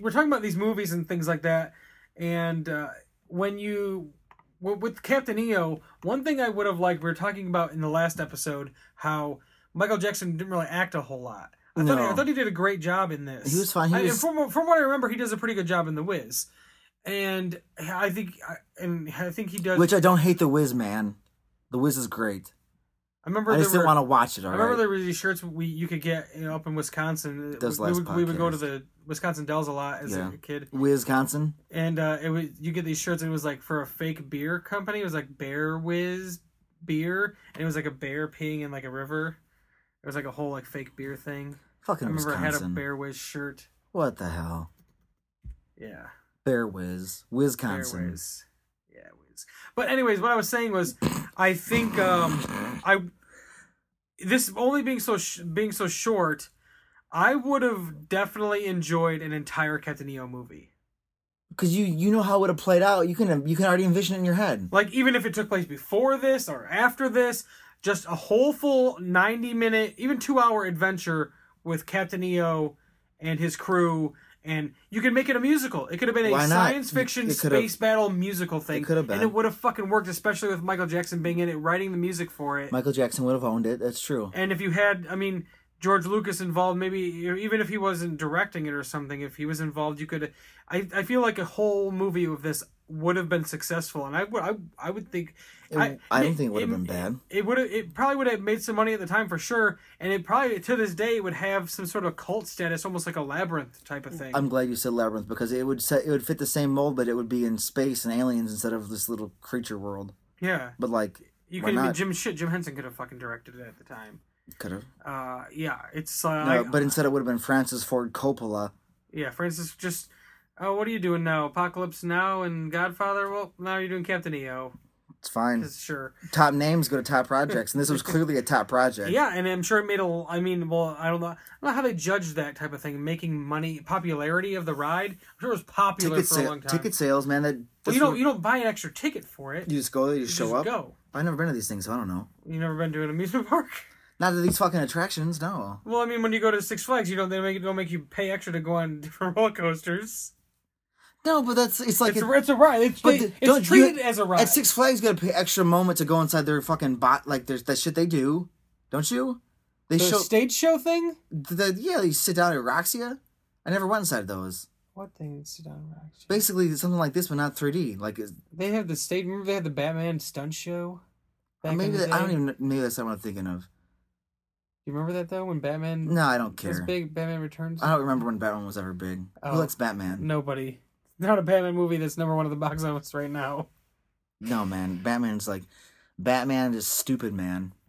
Speaker 1: we're talking about these movies and things like that, and uh, when you w- with Captain EO, one thing I would have liked we were talking about in the last episode how Michael Jackson didn't really act a whole lot. I, thought,
Speaker 2: No.
Speaker 1: I thought he did a great job in this.
Speaker 2: He was fine. He
Speaker 1: I-
Speaker 2: was-
Speaker 1: from, from what I remember, he does a pretty good job in The Wiz, and I think I- and I think he does.
Speaker 2: Which I don't hate the Wiz, man. The Wiz is great.
Speaker 1: I remember
Speaker 2: I just
Speaker 1: there
Speaker 2: didn't
Speaker 1: were,
Speaker 2: want to watch it.
Speaker 1: I
Speaker 2: All
Speaker 1: remember
Speaker 2: right.
Speaker 1: there were these shirts we you could get you know, up in Wisconsin.
Speaker 2: Those
Speaker 1: we,
Speaker 2: last
Speaker 1: would, we would go to
Speaker 2: podcast.
Speaker 1: the Wisconsin Dells a lot as
Speaker 2: Yeah.
Speaker 1: a kid,
Speaker 2: Wisconsin.
Speaker 1: and uh, it was you get these shirts. And it was like for a fake beer company. It was like Bear Whiz beer, and it was like a bear peeing in like a river. It was like a whole like fake beer thing. I
Speaker 2: Fucking
Speaker 1: remember I had a
Speaker 2: Wisconsin.
Speaker 1: Bear Whiz shirt.
Speaker 2: What the hell?
Speaker 1: Yeah.
Speaker 2: Bear Wiz. Wisconsin.
Speaker 1: Airways. Yeah, Wiz. But anyways, what I was saying was, I think um, I this only being so sh- being so short, I would have definitely enjoyed an entire Captain EO movie.
Speaker 2: Because you you know how it would have played out. You can you can already envision it in your head.
Speaker 1: Like even if it took place before this or after this, just a whole full ninety minute, even two hour adventure with Captain EO and his crew. And you could make it a musical. It could have been a
Speaker 2: Why not?
Speaker 1: science fiction
Speaker 2: It could've-
Speaker 1: space battle musical thing.
Speaker 2: could have
Speaker 1: And
Speaker 2: been.
Speaker 1: it would have fucking worked, especially with Michael Jackson being in it, writing the music for it.
Speaker 2: Michael Jackson would have owned it. That's true.
Speaker 1: and if you had, I mean, George Lucas involved, maybe even if he wasn't directing it or something, if he was involved, you could. I, I feel like a whole movie of this would have been successful, and I would I, I would think.
Speaker 2: It- I don't think it would have been bad.
Speaker 1: It would have. It probably would have made some money at the time for sure, and it probably to this day would have some sort of cult status, almost like a labyrinth type of thing.
Speaker 2: I'm glad you said labyrinth because it would set, it would fit the same mold, but it would be in space and aliens instead of this little creature world.
Speaker 1: yeah,
Speaker 2: But like
Speaker 1: you
Speaker 2: why
Speaker 1: could even
Speaker 2: not?
Speaker 1: Jim shit. Jim Henson could have fucking directed it at the time.
Speaker 2: could have,
Speaker 1: Uh, yeah, it's uh,
Speaker 2: no,
Speaker 1: I-
Speaker 2: but instead it would have been Francis Ford Coppola.
Speaker 1: Yeah, Francis just oh, what are you doing now? Apocalypse Now and Godfather? Well, now you're doing Captain EO.
Speaker 2: It's fine.
Speaker 1: 'Cause Sure.
Speaker 2: Top names go to top projects, and this was clearly a top project.
Speaker 1: Yeah, and I'm sure it made a. I mean, well, I don't know. I don't know how they judged that type of thing, making money, popularity of the ride. I'm sure it was popular
Speaker 2: ticket,
Speaker 1: for
Speaker 2: sa-
Speaker 1: a long time.
Speaker 2: ticket sales, man. That
Speaker 1: well,
Speaker 2: that's
Speaker 1: you don't
Speaker 2: what-
Speaker 1: you don't buy an extra ticket for it.
Speaker 2: you just go, you
Speaker 1: You
Speaker 2: just show
Speaker 1: just
Speaker 2: up.
Speaker 1: Go.
Speaker 2: I've never been to these things, so I don't know.
Speaker 1: You never been to an amusement park?
Speaker 2: Not to these fucking attractions, no.
Speaker 1: Well, I mean, when you go to Six Flags, you don't they make don't make you pay extra to go on different roller coasters.
Speaker 2: No, but that's it's like
Speaker 1: It's,
Speaker 2: it-
Speaker 1: a, it's a ride. It's,
Speaker 2: but
Speaker 1: they-
Speaker 2: the- don't
Speaker 1: it's
Speaker 2: you-
Speaker 1: treated as a ride.
Speaker 2: At Six Flags, you gotta pay extra moment to go inside their fucking bot, like there's that shit they do, don't you? They
Speaker 1: the
Speaker 2: show
Speaker 1: stage show thing.
Speaker 2: the yeah, you sit down at Roxia. I never went inside those.
Speaker 1: What thing is sit down rocks?
Speaker 2: Basically, it's something like this, but not 3D. Like it's-
Speaker 1: They have the state. Remember they had the Batman stunt show. back in
Speaker 2: maybe
Speaker 1: the
Speaker 2: that, I
Speaker 1: day?
Speaker 2: don't even. Maybe that's not what I'm thinking of.
Speaker 1: You remember that though when Batman
Speaker 2: No, I don't
Speaker 1: was
Speaker 2: care.
Speaker 1: big, Batman Returns.
Speaker 2: I don't remember when Batman was ever big.
Speaker 1: Oh.
Speaker 2: Who likes Batman?
Speaker 1: Nobody. Not a Batman movie that's number one of the box office right now.
Speaker 2: No, man. Batman's like Batman is stupid, man.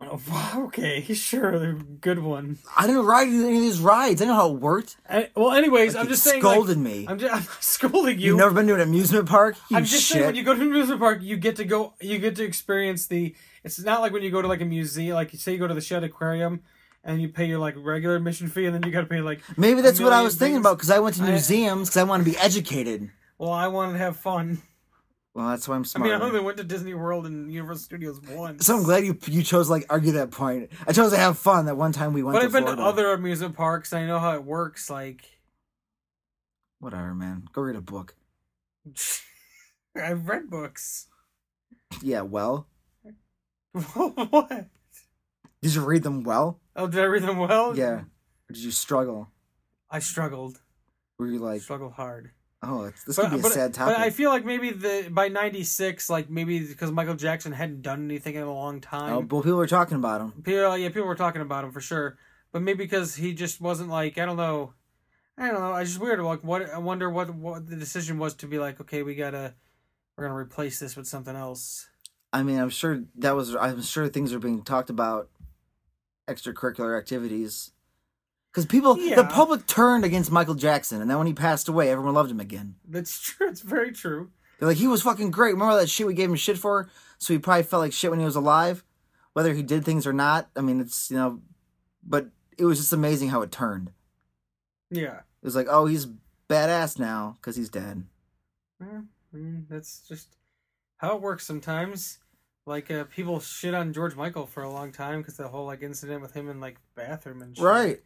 Speaker 1: Oh, wow, okay, sure, good one.
Speaker 2: I didn't ride any of these rides. I know how it worked.
Speaker 1: I, well, anyways,
Speaker 2: Like,
Speaker 1: I'm
Speaker 2: you
Speaker 1: just saying.
Speaker 2: scolded
Speaker 1: like,
Speaker 2: me.
Speaker 1: I'm just I'm not scolding you.
Speaker 2: You've never been to an amusement park? You
Speaker 1: I'm just
Speaker 2: shit.
Speaker 1: saying when you go to an amusement park, you get to go, you get to experience the. It's not like when you go to like a museum, like say you go to the Shedd Aquarium, and you pay your like regular admission fee, and then you got to pay like.
Speaker 2: Maybe that's what I
Speaker 1: million
Speaker 2: was thinking
Speaker 1: things.
Speaker 2: about because I went to
Speaker 1: I-
Speaker 2: museums because I want to be educated.
Speaker 1: Well, I wanted to have fun.
Speaker 2: Well, that's why I'm
Speaker 1: I mean,
Speaker 2: smart.
Speaker 1: I only went to Disney World and Universal Studios once.
Speaker 2: so I'm glad you you chose like argue that point. I chose to have fun that one time we went
Speaker 1: but
Speaker 2: to
Speaker 1: I've been to
Speaker 2: Florida.
Speaker 1: other amusement parks. I know how it works. Like,
Speaker 2: Whatever, man. Go read a book.
Speaker 1: I've read books.
Speaker 2: Yeah, well,
Speaker 1: what?
Speaker 2: did you read them well?
Speaker 1: Oh, did I read them well?
Speaker 2: Yeah. Or did you struggle?
Speaker 1: I struggled.
Speaker 2: Were you like,
Speaker 1: struggled hard.
Speaker 2: oh, it's, this
Speaker 1: But,
Speaker 2: could be a
Speaker 1: but,
Speaker 2: sad
Speaker 1: but
Speaker 2: topic?
Speaker 1: I feel like maybe the by '96, like maybe because Michael Jackson hadn't done anything in a long time.
Speaker 2: oh, well, people were talking about him.
Speaker 1: people, yeah, people were talking about him for sure. But maybe because he just wasn't like I don't know, I don't know. It's just weird. Like what I wonder what what the decision was to be like. Okay, we gotta we're gonna replace this with something else.
Speaker 2: I mean, I'm sure that was. I'm sure things are being talked about, extracurricular activities, because people, the
Speaker 1: Yeah.
Speaker 2: public turned against Michael Jackson, and then when he passed away, everyone loved him again.
Speaker 1: That's true. It's very true.
Speaker 2: They're like, he was fucking great. Remember that shit we gave him shit for? So he probably felt like shit when he was alive, whether he did things or not. I mean, it's you know, but it was just amazing how it turned.
Speaker 1: Yeah.
Speaker 2: It was like, oh, he's badass now because he's dead.
Speaker 1: Yeah, I mean, that's just how it works sometimes. Like uh, people shit on George Michael for a long time because the whole like incident with him in like bathroom and shit.
Speaker 2: Right.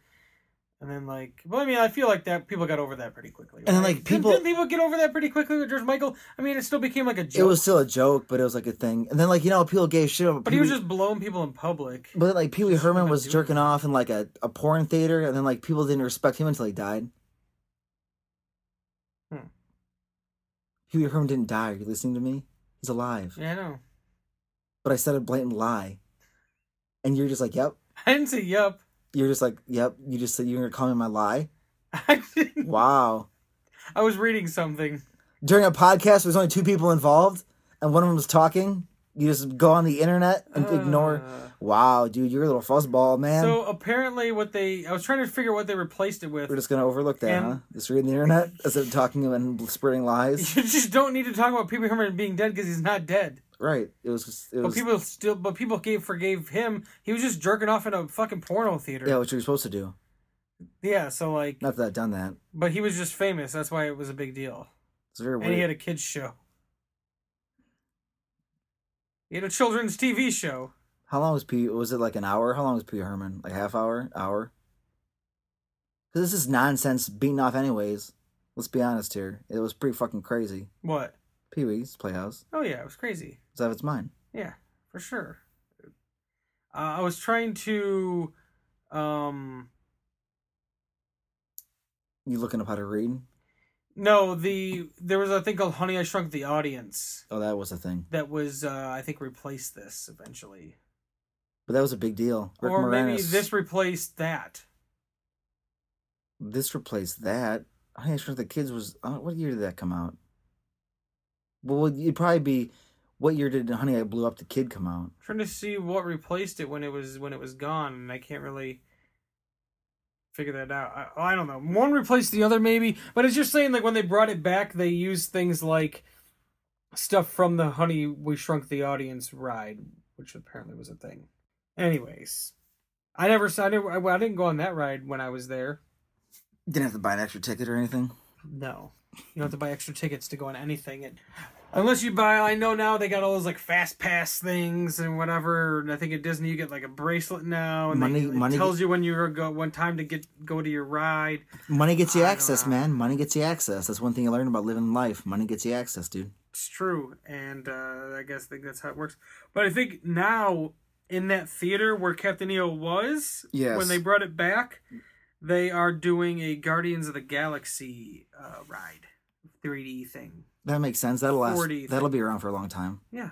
Speaker 1: And then like, well, I mean, I feel like that people got over that pretty quickly.
Speaker 2: And then,
Speaker 1: right?
Speaker 2: like,
Speaker 1: Didn't-
Speaker 2: people-
Speaker 1: didn't people get over that pretty quickly with George Michael. I mean, it still became like a joke.
Speaker 2: It was still a joke, but it was like a thing. And then like you know, people gave shit. About
Speaker 1: but he was
Speaker 2: Pee Wee-
Speaker 1: just blowing people in public.
Speaker 2: But like Pee Wee Herman was
Speaker 1: doing
Speaker 2: jerking off in like a, a porn theater, and then like people didn't respect him until he died.
Speaker 1: Hmm.
Speaker 2: Pee Wee Herman didn't die. Are you listening to me? He's alive.
Speaker 1: Yeah, I know.
Speaker 2: But I said a blatant lie, and you're just like, "Yep."
Speaker 1: I didn't say yup.
Speaker 2: You're just like, "Yep." You just said you're gonna call me my lie.
Speaker 1: I didn't.
Speaker 2: Wow.
Speaker 1: I was reading something.
Speaker 2: During a podcast, there's only two people involved, and one of them was talking. You just go on the internet and ignore.
Speaker 1: Uh,
Speaker 2: Wow, dude, you're a little fuzzball, man.
Speaker 1: So apparently, what they I was trying to figure what they replaced it with.
Speaker 2: We're just gonna overlook that,
Speaker 1: And-
Speaker 2: huh? Just reading the internet instead of talking and spreading lies.
Speaker 1: you just don't need to talk about Pee Wee Herman being dead because he's not dead.
Speaker 2: Right. It was. Just, it
Speaker 1: But
Speaker 2: was.
Speaker 1: people still, but people gave forgave him. He was just jerking off in a fucking porno theater.
Speaker 2: yeah,
Speaker 1: Yeah.
Speaker 2: what you're supposed to do.
Speaker 1: so like,
Speaker 2: Not that I've done that.
Speaker 1: but he was just famous. That's why it was a big deal.
Speaker 2: It's very
Speaker 1: And he had
Speaker 2: weird.
Speaker 1: a kids show. He had a children's TV show.
Speaker 2: How long was P? Was it like an hour? How long was P Herman? Like half hour, hour? Because this is nonsense beating off, anyways. Let's be honest here. It was pretty fucking crazy.
Speaker 1: What?
Speaker 2: Pee Wee's Playhouse.
Speaker 1: Oh yeah, it was crazy.
Speaker 2: It's out of its mind.
Speaker 1: Yeah, for sure. Uh, I was trying to, um,
Speaker 2: You looking up how to read?
Speaker 1: no, the there was a thing called Honey I Shrunk the Audience
Speaker 2: Oh, that was a thing.
Speaker 1: that was, uh, I think, replaced this eventually.
Speaker 2: But that was a big deal. Rick
Speaker 1: or
Speaker 2: Moranis.
Speaker 1: maybe this replaced that.
Speaker 2: this replaced that. Honey, I Shrunk the Kids was uh, what year did that come out? Well, it'd probably be what year did Honey I Blew Up the Kid come out?
Speaker 1: trying to see what replaced it when it was when it was gone, and I can't really figure that out. I, I don't know. One replaced the other, maybe, but it's just saying like when they brought it back, they used things like stuff from the Honey We Shrunk the Audience ride, which apparently was a thing. Anyways, I never saw. I didn't, I, I didn't go on that ride when I was there.
Speaker 2: Didn't have to buy an extra ticket or anything.
Speaker 1: No. You don't have to buy extra tickets to go on anything. And unless you buy, I know now they got all those like fast pass things and whatever. And I think at Disney you get like a bracelet now, and
Speaker 2: Money-
Speaker 1: they, it
Speaker 2: money-
Speaker 1: tells you when you're go when time to get go to your ride.
Speaker 2: Money gets you
Speaker 1: I don't
Speaker 2: access,
Speaker 1: know.
Speaker 2: man. Money gets you access. That's one thing you learn about living life. Money gets you access, dude.
Speaker 1: It's true, and uh, I guess I think that's how it works. But I think now in that theater where Captain EO was,
Speaker 2: Yes.
Speaker 1: when they brought it back, they are doing a Guardians of the Galaxy uh, ride, 3D thing.
Speaker 2: That makes sense. That'll last.
Speaker 1: 40.
Speaker 2: That'll be around for a long time.
Speaker 1: Yeah.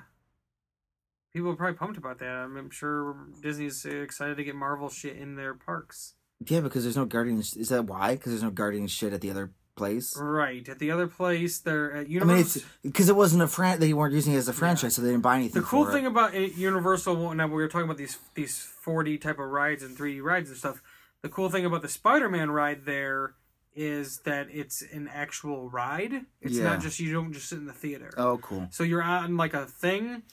Speaker 1: People are probably pumped about that. I'm, I'm sure Disney's uh, excited to get Marvel shit in their parks.
Speaker 2: Yeah, because there's no Guardians. Is that why? Because there's no Guardian shit at the other place.
Speaker 1: Right. At the other place, they're at
Speaker 2: I mean,
Speaker 1: Universal.
Speaker 2: it's because it wasn't a fran. They weren't using it as a franchise, so they didn't buy anything.
Speaker 1: the cool
Speaker 2: for
Speaker 1: thing
Speaker 2: It.
Speaker 1: about it- Universal, now we were talking about these these 4D type of rides and 3D rides and stuff. The cool thing about the Spider-Man ride there is that it's an actual ride. It's
Speaker 2: Yeah.
Speaker 1: not just you don't just sit in the theater.
Speaker 2: Oh, cool.
Speaker 1: So you're on like a thing,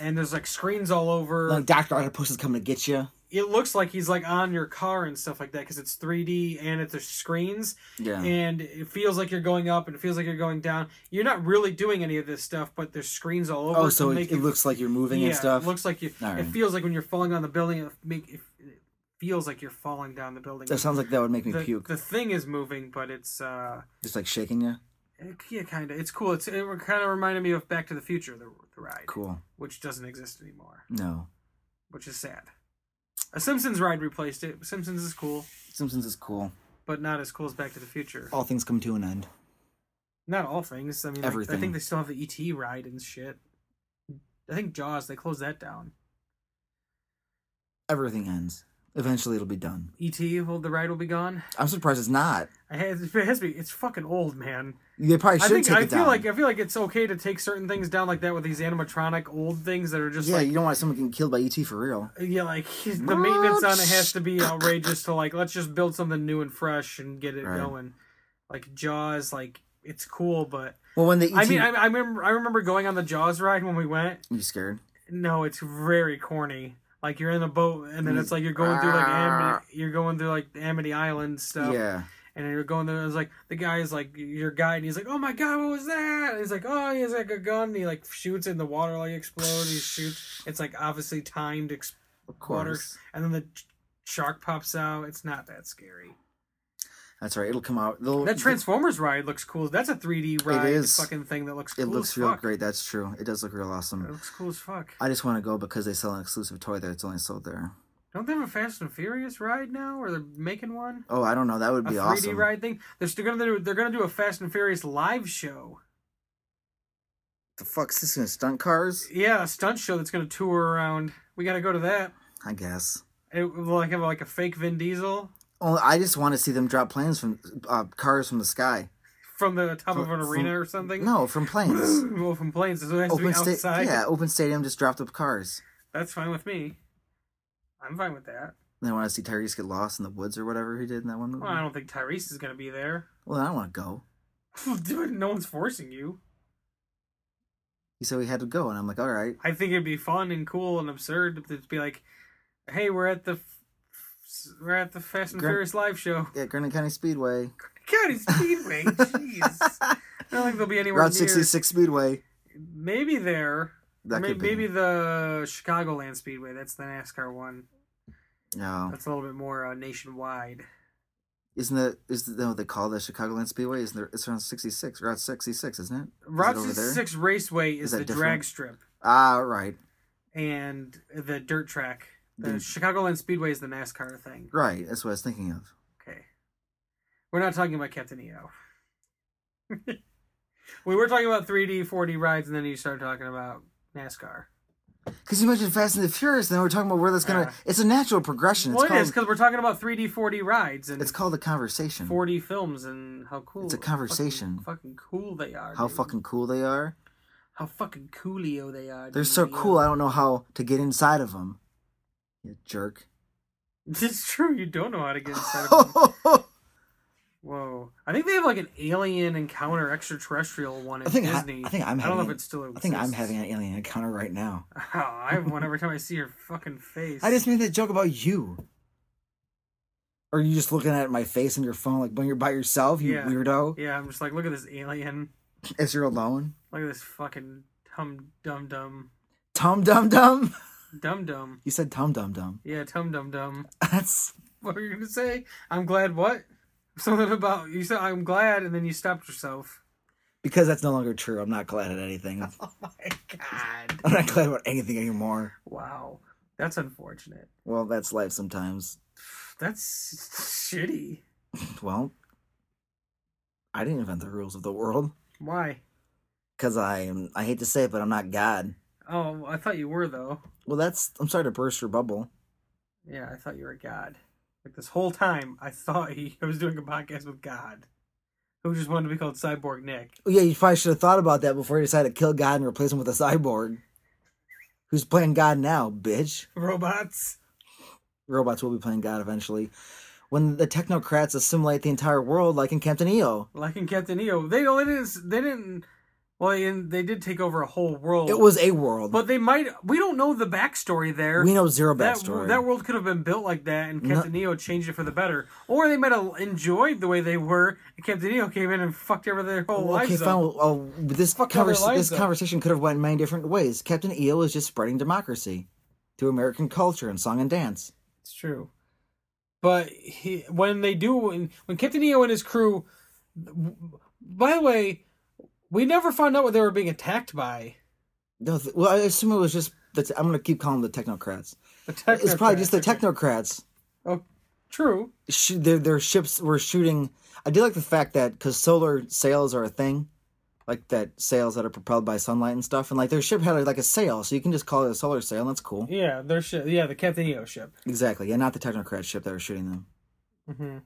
Speaker 1: and there's like screens all over.
Speaker 2: Like Doctor Octopus is coming to get you.
Speaker 1: it looks like he's like on your car and stuff like that because it's 3D and it's there's screens
Speaker 2: Yeah.
Speaker 1: and it feels like you're going up and it feels like you're going down. You're not really doing any of this stuff, but there's screens all over.
Speaker 2: oh,
Speaker 1: to
Speaker 2: so it,
Speaker 1: make
Speaker 2: it
Speaker 1: you-
Speaker 2: looks like you're moving
Speaker 1: yeah,
Speaker 2: and stuff.
Speaker 1: It looks like you.
Speaker 2: All
Speaker 1: It
Speaker 2: right.
Speaker 1: feels like when you're falling on the building. It make it, it feels like you're falling down the building.
Speaker 2: that sounds like that would make me
Speaker 1: the,
Speaker 2: puke.
Speaker 1: the thing is moving, but it's uh,
Speaker 2: Just like shaking you.
Speaker 1: it, yeah, kind of. It's cool. It's it kind of reminded me of Back to the Future, the, the ride,
Speaker 2: Cool.
Speaker 1: which doesn't exist anymore,
Speaker 2: No.
Speaker 1: which is sad. A Simpsons ride replaced it. Simpsons is cool.
Speaker 2: Simpsons is cool.
Speaker 1: but not as cool as Back to the Future.
Speaker 2: All things come to an end.
Speaker 1: Not all things. I mean, like, I
Speaker 2: Everything.
Speaker 1: think they still have the ET ride and shit. I think Jaws they closed that down.
Speaker 2: Everything ends. Eventually, it'll be done.
Speaker 1: ET, E well, the ride will be gone.
Speaker 2: I'm surprised it's not.
Speaker 1: I had- It has to be. It's fucking old, man.
Speaker 2: They probably
Speaker 1: I
Speaker 2: should
Speaker 1: think
Speaker 2: take
Speaker 1: I
Speaker 2: it
Speaker 1: feel
Speaker 2: down.
Speaker 1: like I feel like it's okay to take certain things down like that with these animatronic old things that are just
Speaker 2: yeah,
Speaker 1: like
Speaker 2: you don't want someone getting killed by ET for real.
Speaker 1: yeah, like the maintenance on it has to be outrageous to like let's just build something new and fresh and get it
Speaker 2: Right.
Speaker 1: going. Like Jaws, like it's cool, but
Speaker 2: Well, when the E ET,
Speaker 1: I mean, I, I remember I remember going on the Jaws ride when we went,
Speaker 2: you scared?
Speaker 1: No, it's very corny. Like you're in a boat, and then it's like you're going through like Amity, you're going through like Amity Island stuff,
Speaker 2: Ah. Yeah.
Speaker 1: and you're going there. And it's like the guy is like your guide, and he's like, "Oh my god, what was that?" And he's like, "Oh, he has like a gun." And he like shoots, it and the water like explodes. He shoots. It's like obviously timed ex-
Speaker 2: Of
Speaker 1: water,
Speaker 2: course.
Speaker 1: and then the ch- shark pops out. It's not that scary.
Speaker 2: That's right. It'll come out. They'll-
Speaker 1: That Transformers ride looks cool. That's a 3D ride
Speaker 2: is.
Speaker 1: fucking thing that looks.
Speaker 2: It
Speaker 1: Cool
Speaker 2: looks
Speaker 1: as
Speaker 2: real
Speaker 1: fuck.
Speaker 2: great. That's true. It does look real
Speaker 1: It
Speaker 2: awesome.
Speaker 1: looks cool as fuck.
Speaker 2: I just want to go because they sell an exclusive toy there. It's only sold there.
Speaker 1: Don't they have a Fast and Furious ride now, or they're making one?
Speaker 2: Oh, I don't know. That would
Speaker 1: a
Speaker 2: be
Speaker 1: 3D
Speaker 2: awesome.
Speaker 1: ride thing. They're still gonna do, they're gonna do a Fast and Furious live show.
Speaker 2: The fuck's this gonna stunt cars?
Speaker 1: Yeah, a stunt show that's gonna tour around. We gotta go to that.
Speaker 2: I guess.
Speaker 1: It will like have like a fake Vin Diesel
Speaker 2: Only I just want to see them drop planes from uh, cars from the sky.
Speaker 1: from the top of
Speaker 2: From-
Speaker 1: an arena
Speaker 2: from-
Speaker 1: or something.
Speaker 2: No, from planes.
Speaker 1: well, from planes, so it has to be
Speaker 2: open
Speaker 1: outside.
Speaker 2: stadium. Yeah, open stadium. Just dropped up cars.
Speaker 1: That's fine with me. I'm fine with that.
Speaker 2: And I want to see Tyrese get lost in the woods or whatever he did in that one movie.
Speaker 1: Well, I don't think Tyrese is gonna be there.
Speaker 2: Well, I don't want to go.
Speaker 1: Dude, no one's forcing you.
Speaker 2: He said we had to go, and I'm like, all right.
Speaker 1: I think it'd be fun and cool and absurd to be like, "Hey, we're at the, f- f- we're at the Fast and
Speaker 2: Grim-
Speaker 1: Furious live show."
Speaker 2: Yeah, Granite County Speedway,
Speaker 1: County Speedway. Jeez, I don't think they'll be anywhere
Speaker 2: Route
Speaker 1: near.
Speaker 2: 66 Speedway.
Speaker 1: Maybe there.
Speaker 2: That
Speaker 1: May-
Speaker 2: could be.
Speaker 1: Maybe the Chicagoland Speedway. That's the NASCAR one.
Speaker 2: No,
Speaker 1: That's a little bit more uh, nationwide.
Speaker 2: isn't that is that what they call the Chicagoland Speedway? Isn't there? It's around 66, Route 66, isn't it?
Speaker 1: Route
Speaker 2: over there?
Speaker 1: 66 Raceway is,
Speaker 2: Is
Speaker 1: the
Speaker 2: that
Speaker 1: drag
Speaker 2: different?
Speaker 1: strip
Speaker 2: Ah, right,
Speaker 1: and the dirt track. The
Speaker 2: Then-
Speaker 1: Chicagoland Speedway is the NASCAR thing.
Speaker 2: right. That's what I was thinking of.
Speaker 1: Okay. We're not talking about Captain EO. we were talking about 3D, 4D rides, and then you started talking about NASCAR.
Speaker 2: Because you mentioned Fast and the Furious, and then we're talking about where that's gonna.
Speaker 1: Ah.
Speaker 2: it's a natural progression. It's
Speaker 1: well, it
Speaker 2: called,
Speaker 1: is because we're talking about 3D, 4D rides, and
Speaker 2: It's called the conversation.
Speaker 1: 40 films and how cool
Speaker 2: It's a conversation.
Speaker 1: fucking, fucking cool they are
Speaker 2: How
Speaker 1: dude.
Speaker 2: fucking cool they are!
Speaker 1: how fucking coolio they are
Speaker 2: They're
Speaker 1: dude.
Speaker 2: so cool. I don't know how to get inside of them. You jerk.
Speaker 1: it's true you don't know how to get inside of them.
Speaker 2: I
Speaker 1: whoa i think they have like an alien encounter extraterrestrial one in
Speaker 2: think I,
Speaker 1: disney
Speaker 2: I think I'm.
Speaker 1: i don't
Speaker 2: having,
Speaker 1: know if it's still
Speaker 2: I think I'm
Speaker 1: exists.
Speaker 2: having an alien encounter right now.
Speaker 1: oh, i have one every time i see your fucking face
Speaker 2: I just made that joke about you. Or you just looking at my face on your phone, like when you're by yourself, you
Speaker 1: Yeah.
Speaker 2: weirdo.
Speaker 1: yeah i'm just like look at this alien
Speaker 2: As you're alone,
Speaker 1: look at this fucking tum dum dum
Speaker 2: Tom Dum Dum.
Speaker 1: dum dum
Speaker 2: You said Tom Dum Dum.
Speaker 1: yeah tum dum dum
Speaker 2: That's
Speaker 1: what were you gonna say i'm glad what something about you said i'm glad and then you stopped yourself
Speaker 2: because that's no longer true. I'm not glad at anything.
Speaker 1: Oh my god.
Speaker 2: I'm not glad about anything anymore.
Speaker 1: Wow. That's unfortunate.
Speaker 2: Well, that's life sometimes.
Speaker 1: that's shitty.
Speaker 2: Well, I didn't invent the rules of the world
Speaker 1: Why?
Speaker 2: because I am. I hate to say it, but I'm not God.
Speaker 1: Oh, I thought you were though.
Speaker 2: Well, that's. I'm sorry to burst your bubble.
Speaker 1: Yeah, I thought you were a god. Like this whole time, I thought he I was doing a podcast with God, who just wanted to be called Cyborg Nick.
Speaker 2: Oh, yeah, you probably should have thought about that before you decided to kill God and replace him with a cyborg. Who's playing God now, bitch?
Speaker 1: Robots.
Speaker 2: Robots will be playing God eventually. When the technocrats assimilate the entire world, like in Captain E EO,
Speaker 1: like in Captain EO. They only didn't. They didn't. Well, they didn't- they did take over a whole world.
Speaker 2: it was a world.
Speaker 1: Oh. but they might. We don't know the backstory there.
Speaker 2: we know zero
Speaker 1: that
Speaker 2: backstory.
Speaker 1: that world could have been built like that, and Captain EO changed it for the better, or they might have enjoyed the way they were, and Captain EO came in and fucked over their whole
Speaker 2: Well, okay,
Speaker 1: lives.
Speaker 2: fine.
Speaker 1: up.
Speaker 2: Well, well, but this
Speaker 1: Fuck how their
Speaker 2: convers-
Speaker 1: lives
Speaker 2: this
Speaker 1: up.
Speaker 2: conversation could have went many different ways. Captain EO is just spreading democracy through American culture and song and dance.
Speaker 1: It's true. But he, when they do, when, when Captain EO and his crew, by the way, we never found out what they were being attacked by.
Speaker 2: No, th- well, I assume it was just. That's, I'm going to keep calling them the technocrats.
Speaker 1: The
Speaker 2: It's probably just the
Speaker 1: technocrats.
Speaker 2: technocrats.
Speaker 1: Oh, true.
Speaker 2: Sh- their their ships were shooting. I do like the fact that because solar sails are a thing, like that sails that are propelled by sunlight and stuff, and like their ship had like a sail, so you can just call it a solar sail. And that's cool.
Speaker 1: Yeah, their ship. Yeah, the Captain EO ship.
Speaker 2: Exactly. Yeah, not the technocrat ship that were shooting them.
Speaker 1: Mm-hmm.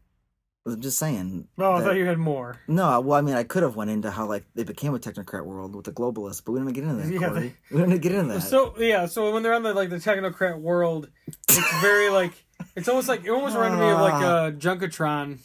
Speaker 2: I'm just saying.
Speaker 1: Oh, I
Speaker 2: that-
Speaker 1: thought you had more.
Speaker 2: No, well, I mean, I could have went into how like they became a technocrat world with the globalists, but we didn't get into that.
Speaker 1: Yeah,
Speaker 2: Corey.
Speaker 1: they-
Speaker 2: We didn't get into that.
Speaker 1: So yeah, so when they're on the like the technocrat world, it's very like it's almost like it almost reminded me of like
Speaker 2: Ah.
Speaker 1: uh, Junkatron.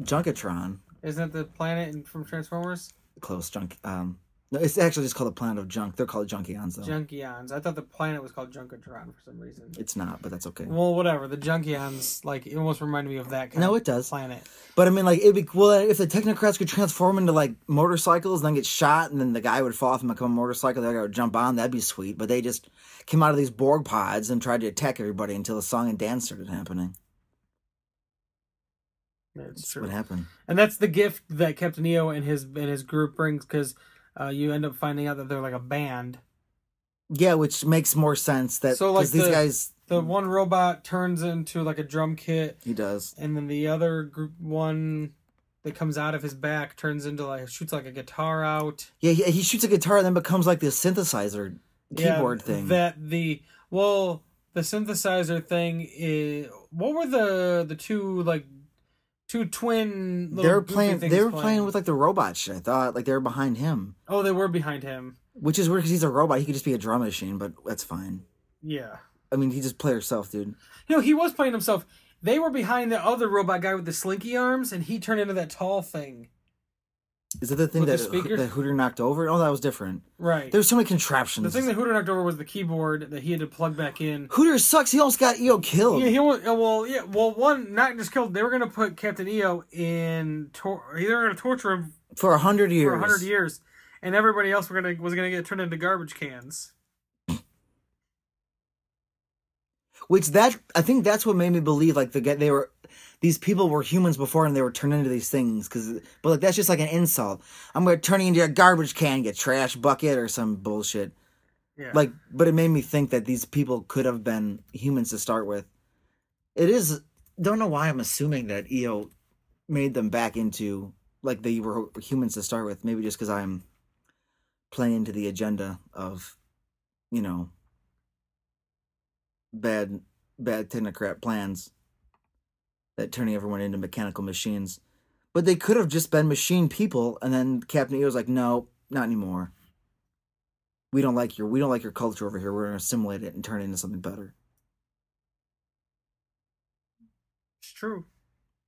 Speaker 2: Junkatron,
Speaker 1: Isn't that the planet in, from Transformers?
Speaker 2: close junk. Um, no, it's actually just called the planet of junk. They're called Junkions though.
Speaker 1: Junkions. I thought the planet was called Junkatron for some reason.
Speaker 2: it's not, but that's okay.
Speaker 1: Well, whatever. The Junkions, like, it almost reminded me of that kind
Speaker 2: No,
Speaker 1: of
Speaker 2: it does.
Speaker 1: planet.
Speaker 2: But I mean, like, it'd be cool if the technocrats could transform into like motorcycles, and then get shot, and then the guy would fall off and become a motorcycle. The other guy would jump on. That'd be sweet. But they just came out of these Borg pods and tried to attack everybody until the song and dance started happening.
Speaker 1: That's
Speaker 2: That's
Speaker 1: true.
Speaker 2: what happened.
Speaker 1: And that's the gift that Captain EO and his and his group brings because uh, you end up finding out that they're like a band.
Speaker 2: Yeah, which makes more sense that because
Speaker 1: So, like,
Speaker 2: these
Speaker 1: the-
Speaker 2: guys,
Speaker 1: The one robot turns into like a drum kit,
Speaker 2: he does.
Speaker 1: and then the other group one that comes out of his back turns into like shoots like a guitar out
Speaker 2: Yeah, he, he shoots a guitar and then becomes like the synthesizer
Speaker 1: Yeah,
Speaker 2: keyboard thing.
Speaker 1: That the well the synthesizer thing is what were the the two like two twin little
Speaker 2: they were
Speaker 1: goofy
Speaker 2: playing. They
Speaker 1: things
Speaker 2: were playing. with like the robot shit. I thought like they were behind him,
Speaker 1: Oh, they were behind him.
Speaker 2: which is weird because he's a robot. He could just be a drum machine, but that's fine.
Speaker 1: Yeah.
Speaker 2: I mean, he just play herself, dude.
Speaker 1: No, he was playing himself. They were behind the other robot guy with the slinky arms, and he turned into that tall thing.
Speaker 2: Is that the thing
Speaker 1: With the
Speaker 2: that
Speaker 1: speaker?
Speaker 2: that Hooter knocked over? Oh, that was different.
Speaker 1: Right.
Speaker 2: There's so many contraptions.
Speaker 1: the thing that Hooter knocked over was the keyboard that he had to plug back in.
Speaker 2: Hooter sucks. He almost got Eo killed.
Speaker 1: Yeah, he wa- uh, well, yeah, well, one not just killed. They were gonna put Captain EO in. Tor- they were gonna torture him
Speaker 2: for a hundred years.
Speaker 1: for hundred years, and everybody else were gonna was gonna get turned into garbage cans.
Speaker 2: Which that I think that's what made me believe like the guy- they were these people were humans before and they were turned into these things because but like that's just like an insult. I'm gonna turn you into a garbage can, you trash bucket or some bullshit.
Speaker 1: Yeah.
Speaker 2: Like, but it made me think that these people could have been humans to start with. It is don't know why I'm assuming that Eo made them back into like they were humans to start with. Maybe just because I'm playing into the agenda of you know bad bad technocrat plans that turning everyone into mechanical machines. But they could have just been machine people and then Captain Eo's like, No, not anymore. We don't like your we don't like your culture over here. We're gonna assimilate it and turn it into something better.
Speaker 1: it's true.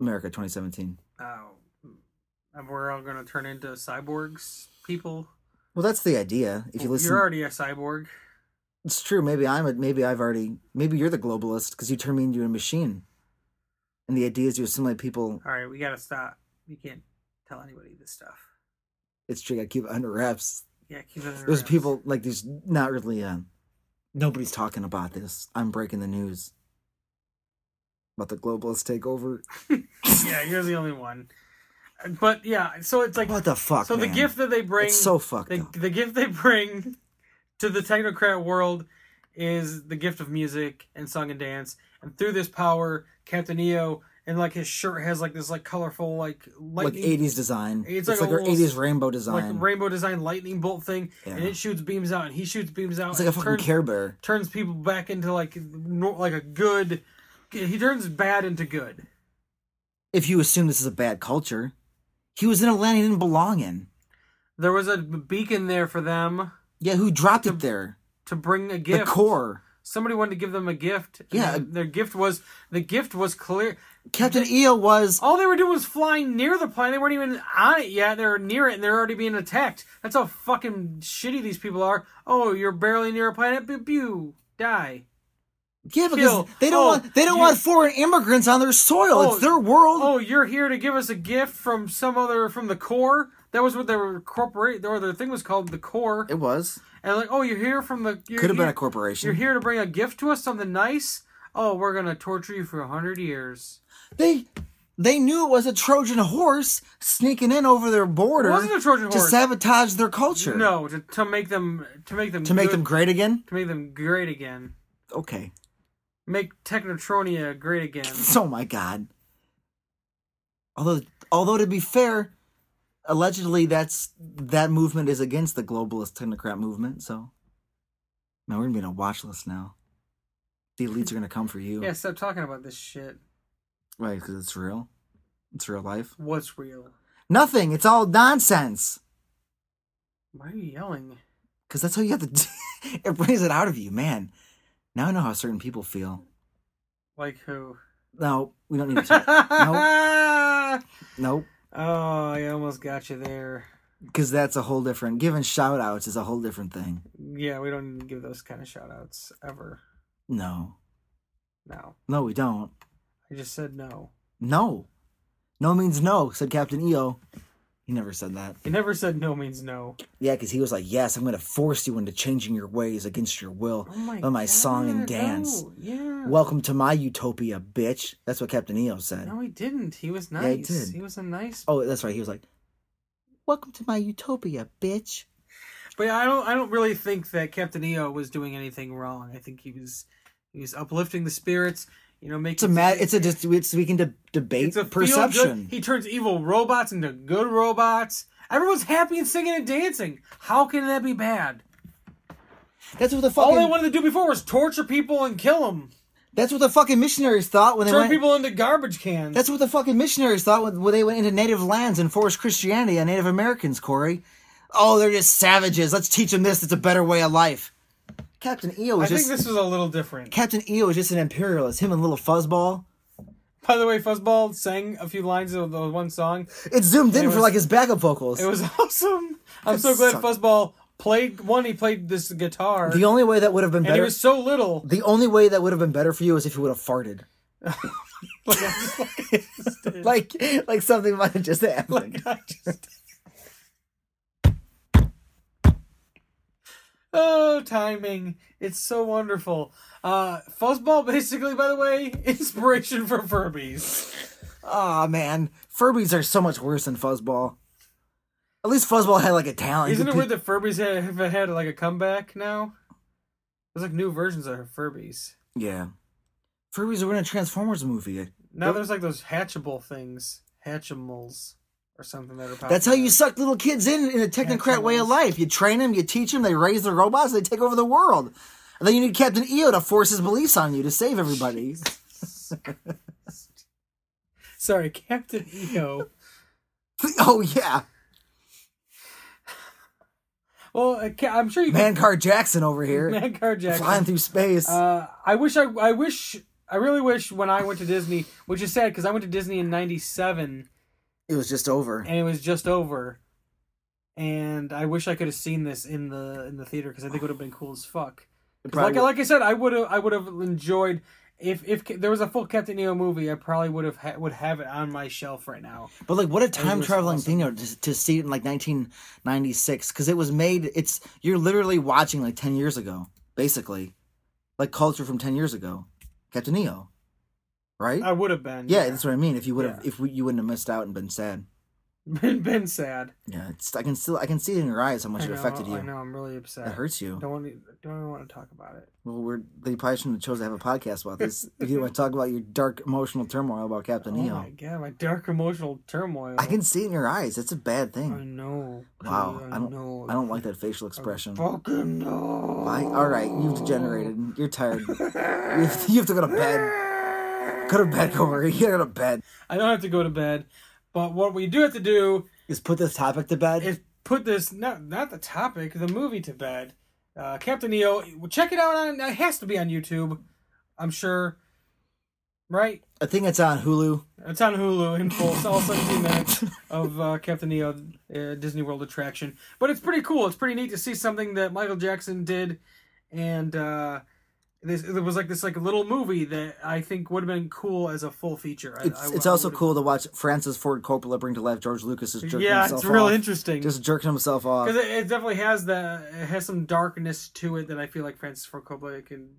Speaker 2: America twenty seventeen.
Speaker 1: Oh, and we're all gonna turn into cyborgs, people.
Speaker 2: Well that's the idea. If you listen
Speaker 1: You're already a cyborg.
Speaker 2: it's true, maybe I'm a, maybe I've already maybe you're the globalist because you turn me into a machine. And the idea is you assimilate people
Speaker 1: All right, we gotta stop. We can't tell anybody this stuff.
Speaker 2: it's true, I keep it under wraps.
Speaker 1: Yeah, keep it under
Speaker 2: There's
Speaker 1: wraps.
Speaker 2: people like there's not really uh nobody's talking about this. I'm breaking the news about the globalist takeover.
Speaker 1: Yeah, you're the only one. But yeah, so it's like
Speaker 2: What the fuck?
Speaker 1: so the
Speaker 2: man?
Speaker 1: gift that they bring
Speaker 2: it's so fucked
Speaker 1: the,
Speaker 2: up.
Speaker 1: the gift they bring to the technocrat world is the gift of music and song and dance. And through this power, Captain EO and like his shirt has like this like colorful like
Speaker 2: like
Speaker 1: lightning
Speaker 2: eighties design.
Speaker 1: It's
Speaker 2: It's,
Speaker 1: like
Speaker 2: like,
Speaker 1: a
Speaker 2: her
Speaker 1: little-
Speaker 2: eighties rainbow design.
Speaker 1: like rainbow design lightning bolt thing, and
Speaker 2: Yeah.
Speaker 1: it shoots beams out, and he shoots beams out.
Speaker 2: it's like a
Speaker 1: and
Speaker 2: fucking
Speaker 1: turns,
Speaker 2: Care Bear.
Speaker 1: turns people back into like nor- like a good. He turns bad into good.
Speaker 2: If you assume this is a bad culture, he was in a land he didn't belong in.
Speaker 1: There was a beacon there for them
Speaker 2: Yeah, who dropped it there?
Speaker 1: to bring a gift.
Speaker 2: The core.
Speaker 1: Somebody wanted to give them a gift. and
Speaker 2: Yeah.
Speaker 1: their- their gift was the gift was clear.
Speaker 2: Captain EO was
Speaker 1: All they were doing was flying near the plane. They weren't even on it yet. They were near it and they're already being attacked. That's how fucking shitty these people are. Oh, you're barely near a planet. Pew, pew die.
Speaker 2: yeah
Speaker 1: Kill.
Speaker 2: because they don't
Speaker 1: Oh,
Speaker 2: want they don't
Speaker 1: you-
Speaker 2: want foreign immigrants on their soil.
Speaker 1: Oh,
Speaker 2: it's their world.
Speaker 1: Oh, you're here to give us a gift from some other from the core. That was what they were corporate or their thing was called the core.
Speaker 2: It was
Speaker 1: And like, oh, you're here from the you're
Speaker 2: could have been
Speaker 1: here-
Speaker 2: a corporation.
Speaker 1: You're here to bring a gift to us, something nice. Oh, we're gonna torture you for a hundred years.
Speaker 2: They they knew it was a Trojan horse sneaking in over their border
Speaker 1: It wasn't a Trojan
Speaker 2: to
Speaker 1: horse.
Speaker 2: sabotage their culture.
Speaker 1: No, to, to make them to make them
Speaker 2: To make
Speaker 1: good-
Speaker 2: them great again?
Speaker 1: to make them great again.
Speaker 2: Okay.
Speaker 1: Make Technotronia great again.
Speaker 2: Oh my god. Although although to be fair, allegedly that's that movement is against the globalist technocrat movement, so now we're gonna be on a watch list now. The elites are gonna come for you.
Speaker 1: Yeah, stop talking about this shit.
Speaker 2: Right, because it's real. It's real life.
Speaker 1: What's real?
Speaker 2: Nothing. It's all nonsense.
Speaker 1: Why are you yelling?
Speaker 2: Because that's how you have to. do- it brings it out of you, man. Now I know how certain people feel.
Speaker 1: Like who?
Speaker 2: No, we don't need to. Talk.
Speaker 1: oh,
Speaker 2: nope, nope.
Speaker 1: I almost got you there.
Speaker 2: Because that's a whole different. Giving shout outs is a whole different thing.
Speaker 1: Yeah, we don't need to give those kind of shout outs ever.
Speaker 2: No,
Speaker 1: No.
Speaker 2: no, we don't.
Speaker 1: I just said no.
Speaker 2: No, no means no," said Captain EO. He never said that.
Speaker 1: He never said no means no.
Speaker 2: Yeah, because he was like, "Yes, I'm going to force you into changing your ways against your will by my song and
Speaker 1: Oh God,
Speaker 2: dance.
Speaker 1: no, yeah.
Speaker 2: Welcome to my utopia, bitch." That's what Captain EO said.
Speaker 1: No, he didn't. He was nice.
Speaker 2: Yeah, he
Speaker 1: he,
Speaker 2: did.
Speaker 1: was a nice.
Speaker 2: Oh, that's right. He was like, "Welcome to my utopia, bitch."
Speaker 1: But I don't. I don't really think that Captain EO was doing anything wrong. I think he was. He was uplifting the spirits. You know, making
Speaker 2: It's a ma- it's a just it's we can de- debate
Speaker 1: it's a feel-good-
Speaker 2: perception.
Speaker 1: He turns evil robots into good robots. Everyone's happy and singing and dancing. How can that be bad?
Speaker 2: That's what the
Speaker 1: All they
Speaker 2: fucking
Speaker 1: wanted to do before was torture people and kill them,
Speaker 2: that's what the fucking missionaries thought when they
Speaker 1: turn
Speaker 2: went.
Speaker 1: people into garbage cans.
Speaker 2: That's what the fucking missionaries thought when, when they went into native lands and forced Christianity on Native Americans. Corey, oh, they're just savages. Let's teach them this. It's a better way of life. Captain EO
Speaker 1: I
Speaker 2: was just
Speaker 1: think this was a little different.
Speaker 2: Captain EO was just an imperialist. Him and little fuzzball.
Speaker 1: By the way, Fuzzball sang a few lines of the one song.
Speaker 2: It zoomed in for
Speaker 1: was-
Speaker 2: like his backup vocals.
Speaker 1: It was awesome. I'm so glad
Speaker 2: sucked.
Speaker 1: Fuzzball played one. He played this guitar,
Speaker 2: the only way that would have been
Speaker 1: and he
Speaker 2: better.
Speaker 1: was so little.
Speaker 2: The only way that would have been better for you is if you would have farted.
Speaker 1: Like, I just-
Speaker 2: like like something might have just happened.
Speaker 1: I just- Oh, timing. It's so wonderful. Uh, Fuzzball, basically, by the way, inspiration for Furbies.
Speaker 2: Aw man, Furbies are so much worse than fuzzball. At least fuzzball had like a talent.
Speaker 1: Isn't it weird that Furbies ha- have had, like, a comeback now? There's, like, new versions of Furbies.
Speaker 2: Yeah, Furbies were in a Transformers movie.
Speaker 1: Now there's, like, those hatchable things. Hatchimals. Or something that are popular.
Speaker 2: That's how you suck little kids in in a technocrat way of life. You train them, you teach them, they raise the robots, they take over the world. And then you need Captain EO to force his beliefs on you to save everybody.
Speaker 1: Sorry, Captain E EO.
Speaker 2: oh yeah,
Speaker 1: well, uh, Ca- I'm sure you can.
Speaker 2: Mancar Jackson over here,
Speaker 1: Mangar Jackson.
Speaker 2: flying through space.
Speaker 1: Uh, I wish I I wish I really wish when I went to Disney, which is sad because I went to Disney in '97
Speaker 2: it was just over.
Speaker 1: and it was just over, and I wish I could have seen this in the in the theater because I think it would have been cool as fuck. 'Cause
Speaker 2: Probably
Speaker 1: Like like I said, I would have I would have enjoyed. If, if ca- there was a full Captain EO movie, I probably would have ha- would have it on my shelf right now.
Speaker 2: But like, what a time
Speaker 1: was
Speaker 2: traveling
Speaker 1: awesome.
Speaker 2: thing though, to, to see it in like 1996 because it was made. It's you're literally watching like 10 years ago, basically, like culture from 10 years ago, Captain EO, right?
Speaker 1: I would have been.
Speaker 2: yeah, that's what I mean. If you would have,
Speaker 1: Oh, Yeah.
Speaker 2: if we, you wouldn't have missed out and been sad.
Speaker 1: been been sad.
Speaker 2: Yeah, it's, I can still I can see it in your eyes how much
Speaker 1: I
Speaker 2: it
Speaker 1: know,
Speaker 2: affected
Speaker 1: I
Speaker 2: you.
Speaker 1: know. I'm really upset.
Speaker 2: It hurts you.
Speaker 1: Don't want to, don't even want to talk about it.
Speaker 2: Well, we're they probably shouldn't have chose to have a podcast about this. if you want to talk about your dark emotional turmoil about Captain
Speaker 1: oh
Speaker 2: Neo,
Speaker 1: my god, my dark emotional turmoil.
Speaker 2: I can see it in your eyes. It's a bad
Speaker 1: I
Speaker 2: thing.
Speaker 1: know.
Speaker 2: Hmm.
Speaker 1: Oh,
Speaker 2: Wow,
Speaker 1: dude,
Speaker 2: I don't-
Speaker 1: know.
Speaker 2: I don't like that facial expression.
Speaker 1: Fucking no.
Speaker 2: Why? All right, you've degenerated. You're tired. you, have to, you have to go to bed. Go to bed, Corey. You gotta go to bed.
Speaker 1: I don't have to go to bed, but what we do have to do
Speaker 2: Just put this topic to bed.
Speaker 1: is put this not not the topic, the movie to bed. Uh, Captain Neo, check it out on. It has to be on YouTube, I'm sure. Right?
Speaker 2: I think it's on Hulu.
Speaker 1: It's on Hulu in full, it's all 17 minutes of uh, Captain Neo uh, Disney World attraction. But it's pretty cool. It's pretty neat to see something that Michael Jackson did, and uh, this it was like this like little movie that I think would have been cool as a full feature. I-
Speaker 2: It's,
Speaker 1: I-
Speaker 2: it's
Speaker 1: I
Speaker 2: also
Speaker 1: would've-
Speaker 2: cool to watch Francis Ford Coppola bring to life George Lucas's jerking
Speaker 1: Yeah,
Speaker 2: himself
Speaker 1: it's real
Speaker 2: off.
Speaker 1: interesting.
Speaker 2: Just jerking himself off.
Speaker 1: because it, it definitely has the it has some darkness to it that I feel like Francis Ford Coppola can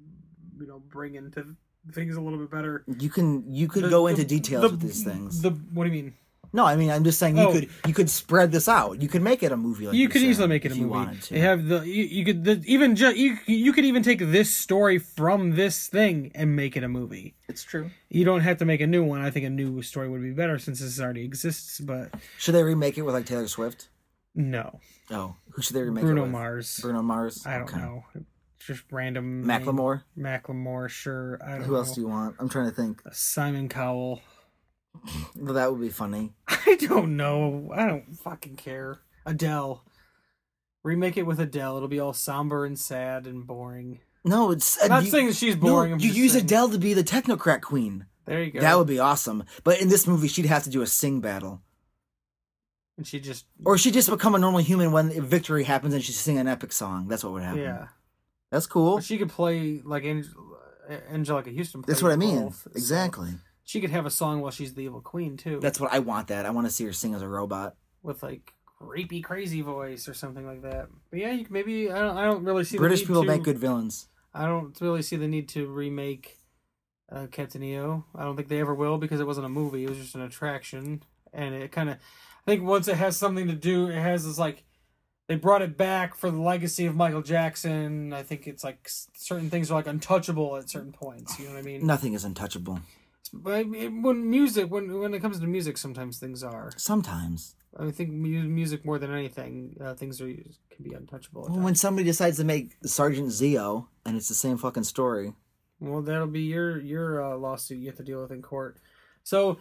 Speaker 1: you know bring into things a little bit better.
Speaker 2: You can you could
Speaker 1: The-
Speaker 2: go
Speaker 1: the-
Speaker 2: into details
Speaker 1: the-
Speaker 2: with these things.
Speaker 1: The what do you mean?
Speaker 2: no, I mean I'm just saying you
Speaker 1: Oh.
Speaker 2: could you could spread this out. You could make it a movie. Like
Speaker 1: you could
Speaker 2: said,
Speaker 1: easily make it a
Speaker 2: if you
Speaker 1: movie.
Speaker 2: wanted to.
Speaker 1: They have the you, you could the, even ju- you you could even take this story from this thing and make it a movie.
Speaker 2: it's true.
Speaker 1: You don't have to make a new one. I think a new story would be better since this already exists. But
Speaker 2: Should they remake it with like Taylor Swift?
Speaker 1: no,
Speaker 2: Oh, who should they remake it
Speaker 1: Bruno
Speaker 2: with?
Speaker 1: Mars.
Speaker 2: Bruno Mars.
Speaker 1: I don't
Speaker 2: Okay.
Speaker 1: know. Just random
Speaker 2: Macklemore.
Speaker 1: name. Macklemore, sure. I don't
Speaker 2: Who
Speaker 1: know.
Speaker 2: else do you want? I'm trying to think.
Speaker 1: Simon Cowell.
Speaker 2: Well, that would be funny.
Speaker 1: I don't know. I don't fucking care. Adele. Remake it with Adele. It'll be all somber and sad and boring.
Speaker 2: No, it's uh,
Speaker 1: I'm not
Speaker 2: you,
Speaker 1: saying that she's
Speaker 2: no,
Speaker 1: boring. I'm
Speaker 2: you
Speaker 1: just
Speaker 2: use
Speaker 1: saying-
Speaker 2: Adele to be the technocrat queen.
Speaker 1: There you go.
Speaker 2: That would be awesome. But in this movie, she'd have to do a sing battle,
Speaker 1: and she just
Speaker 2: or she'd just become a normal human when victory happens and she'd sing an epic song. That's what would happen.
Speaker 1: yeah.
Speaker 2: that's cool.
Speaker 1: She could play like Ange- Angelica Houston.
Speaker 2: That's
Speaker 1: played
Speaker 2: what I mean.
Speaker 1: both, so
Speaker 2: exactly.
Speaker 1: she could have a song while she's the evil queen too.
Speaker 2: That's what I want. That I want to see her sing as a robot.
Speaker 1: with like creepy, crazy voice or something like that. But yeah, you, maybe I don't. I don't really see the
Speaker 2: British
Speaker 1: need
Speaker 2: people
Speaker 1: to-
Speaker 2: make good villains.
Speaker 1: I don't really see the need to remake uh, Captain EO. I don't think they ever will because it wasn't a movie; it was just an attraction, and it kind of. I think once it has something to do, it has this like they brought it back for the legacy of Michael Jackson. I think it's like s- certain things are like untouchable at certain points. You know what I mean?
Speaker 2: Nothing is untouchable.
Speaker 1: But I mean, when music, when when it comes to music, sometimes things are.
Speaker 2: Sometimes
Speaker 1: I think mu- music more than anything, uh, things are can be untouchable. At
Speaker 2: Well,
Speaker 1: times.
Speaker 2: when somebody decides to make Sergeant Zeo and it's the same fucking story,
Speaker 1: Well, that'll be your your uh, lawsuit you have to deal with in court. So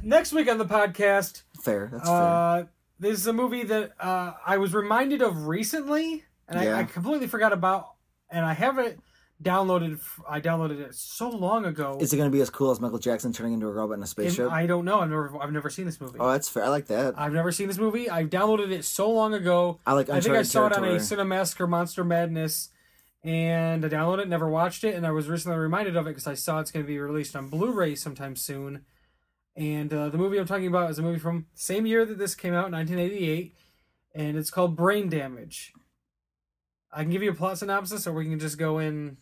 Speaker 1: next week on the podcast,
Speaker 2: fair. That's fair.
Speaker 1: uh, this is a movie that uh, I was reminded of recently, and
Speaker 2: Yeah.
Speaker 1: I, I completely forgot about, and I have it downloaded. f- I downloaded it so long ago.
Speaker 2: Is it going to be as cool as Michael Jackson turning into a robot in a
Speaker 1: and
Speaker 2: spaceship?
Speaker 1: I don't know. I've never I've never seen this movie.
Speaker 2: oh, that's fair. I like that.
Speaker 1: I've never seen this movie. I downloaded it so long ago.
Speaker 2: I like.
Speaker 1: I think I
Speaker 2: Uncharted
Speaker 1: saw it on a
Speaker 2: territory.
Speaker 1: Cinemask or Monster Madness, and I downloaded it, never watched it, and I was recently reminded of it because I saw it's going to be released on Blu-ray sometime soon. And uh, the movie I'm talking about is a movie from the same year that this came out, 1988, and it's called Brain Damage. I can give you a plot synopsis, or we can just go in.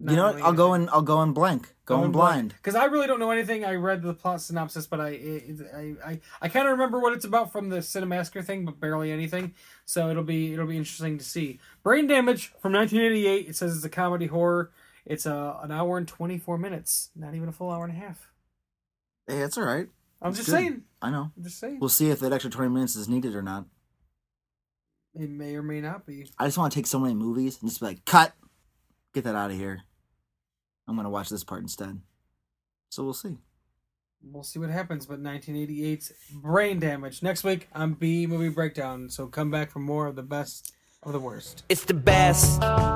Speaker 2: You know what? I'll go in. I'll go in blank. Go in blind.
Speaker 1: because I really don't know anything. I read the plot synopsis, but I it, it- I I, I kind of remember what it's about from the Cinemasker thing, but barely anything. So it'll be it'll be interesting to see. Brain Damage from 1988. It says it's a comedy horror. It's uh, an hour and 24 minutes, not even a full hour and a half.
Speaker 2: Hey, that's all right.
Speaker 1: I'm
Speaker 2: It's
Speaker 1: just
Speaker 2: good.
Speaker 1: saying.
Speaker 2: I know.
Speaker 1: I'm just saying.
Speaker 2: We'll see if that extra twenty minutes is needed or not.
Speaker 1: it may or may not be.
Speaker 2: I just want to take so many movies and just be like, cut, get that out of here. I'm gonna watch this part instead. So we'll see.
Speaker 1: We'll see what happens. But 1988's Brain Damage next week on B Movie Breakdown. So come back for more of the best of the worst.
Speaker 3: It's the best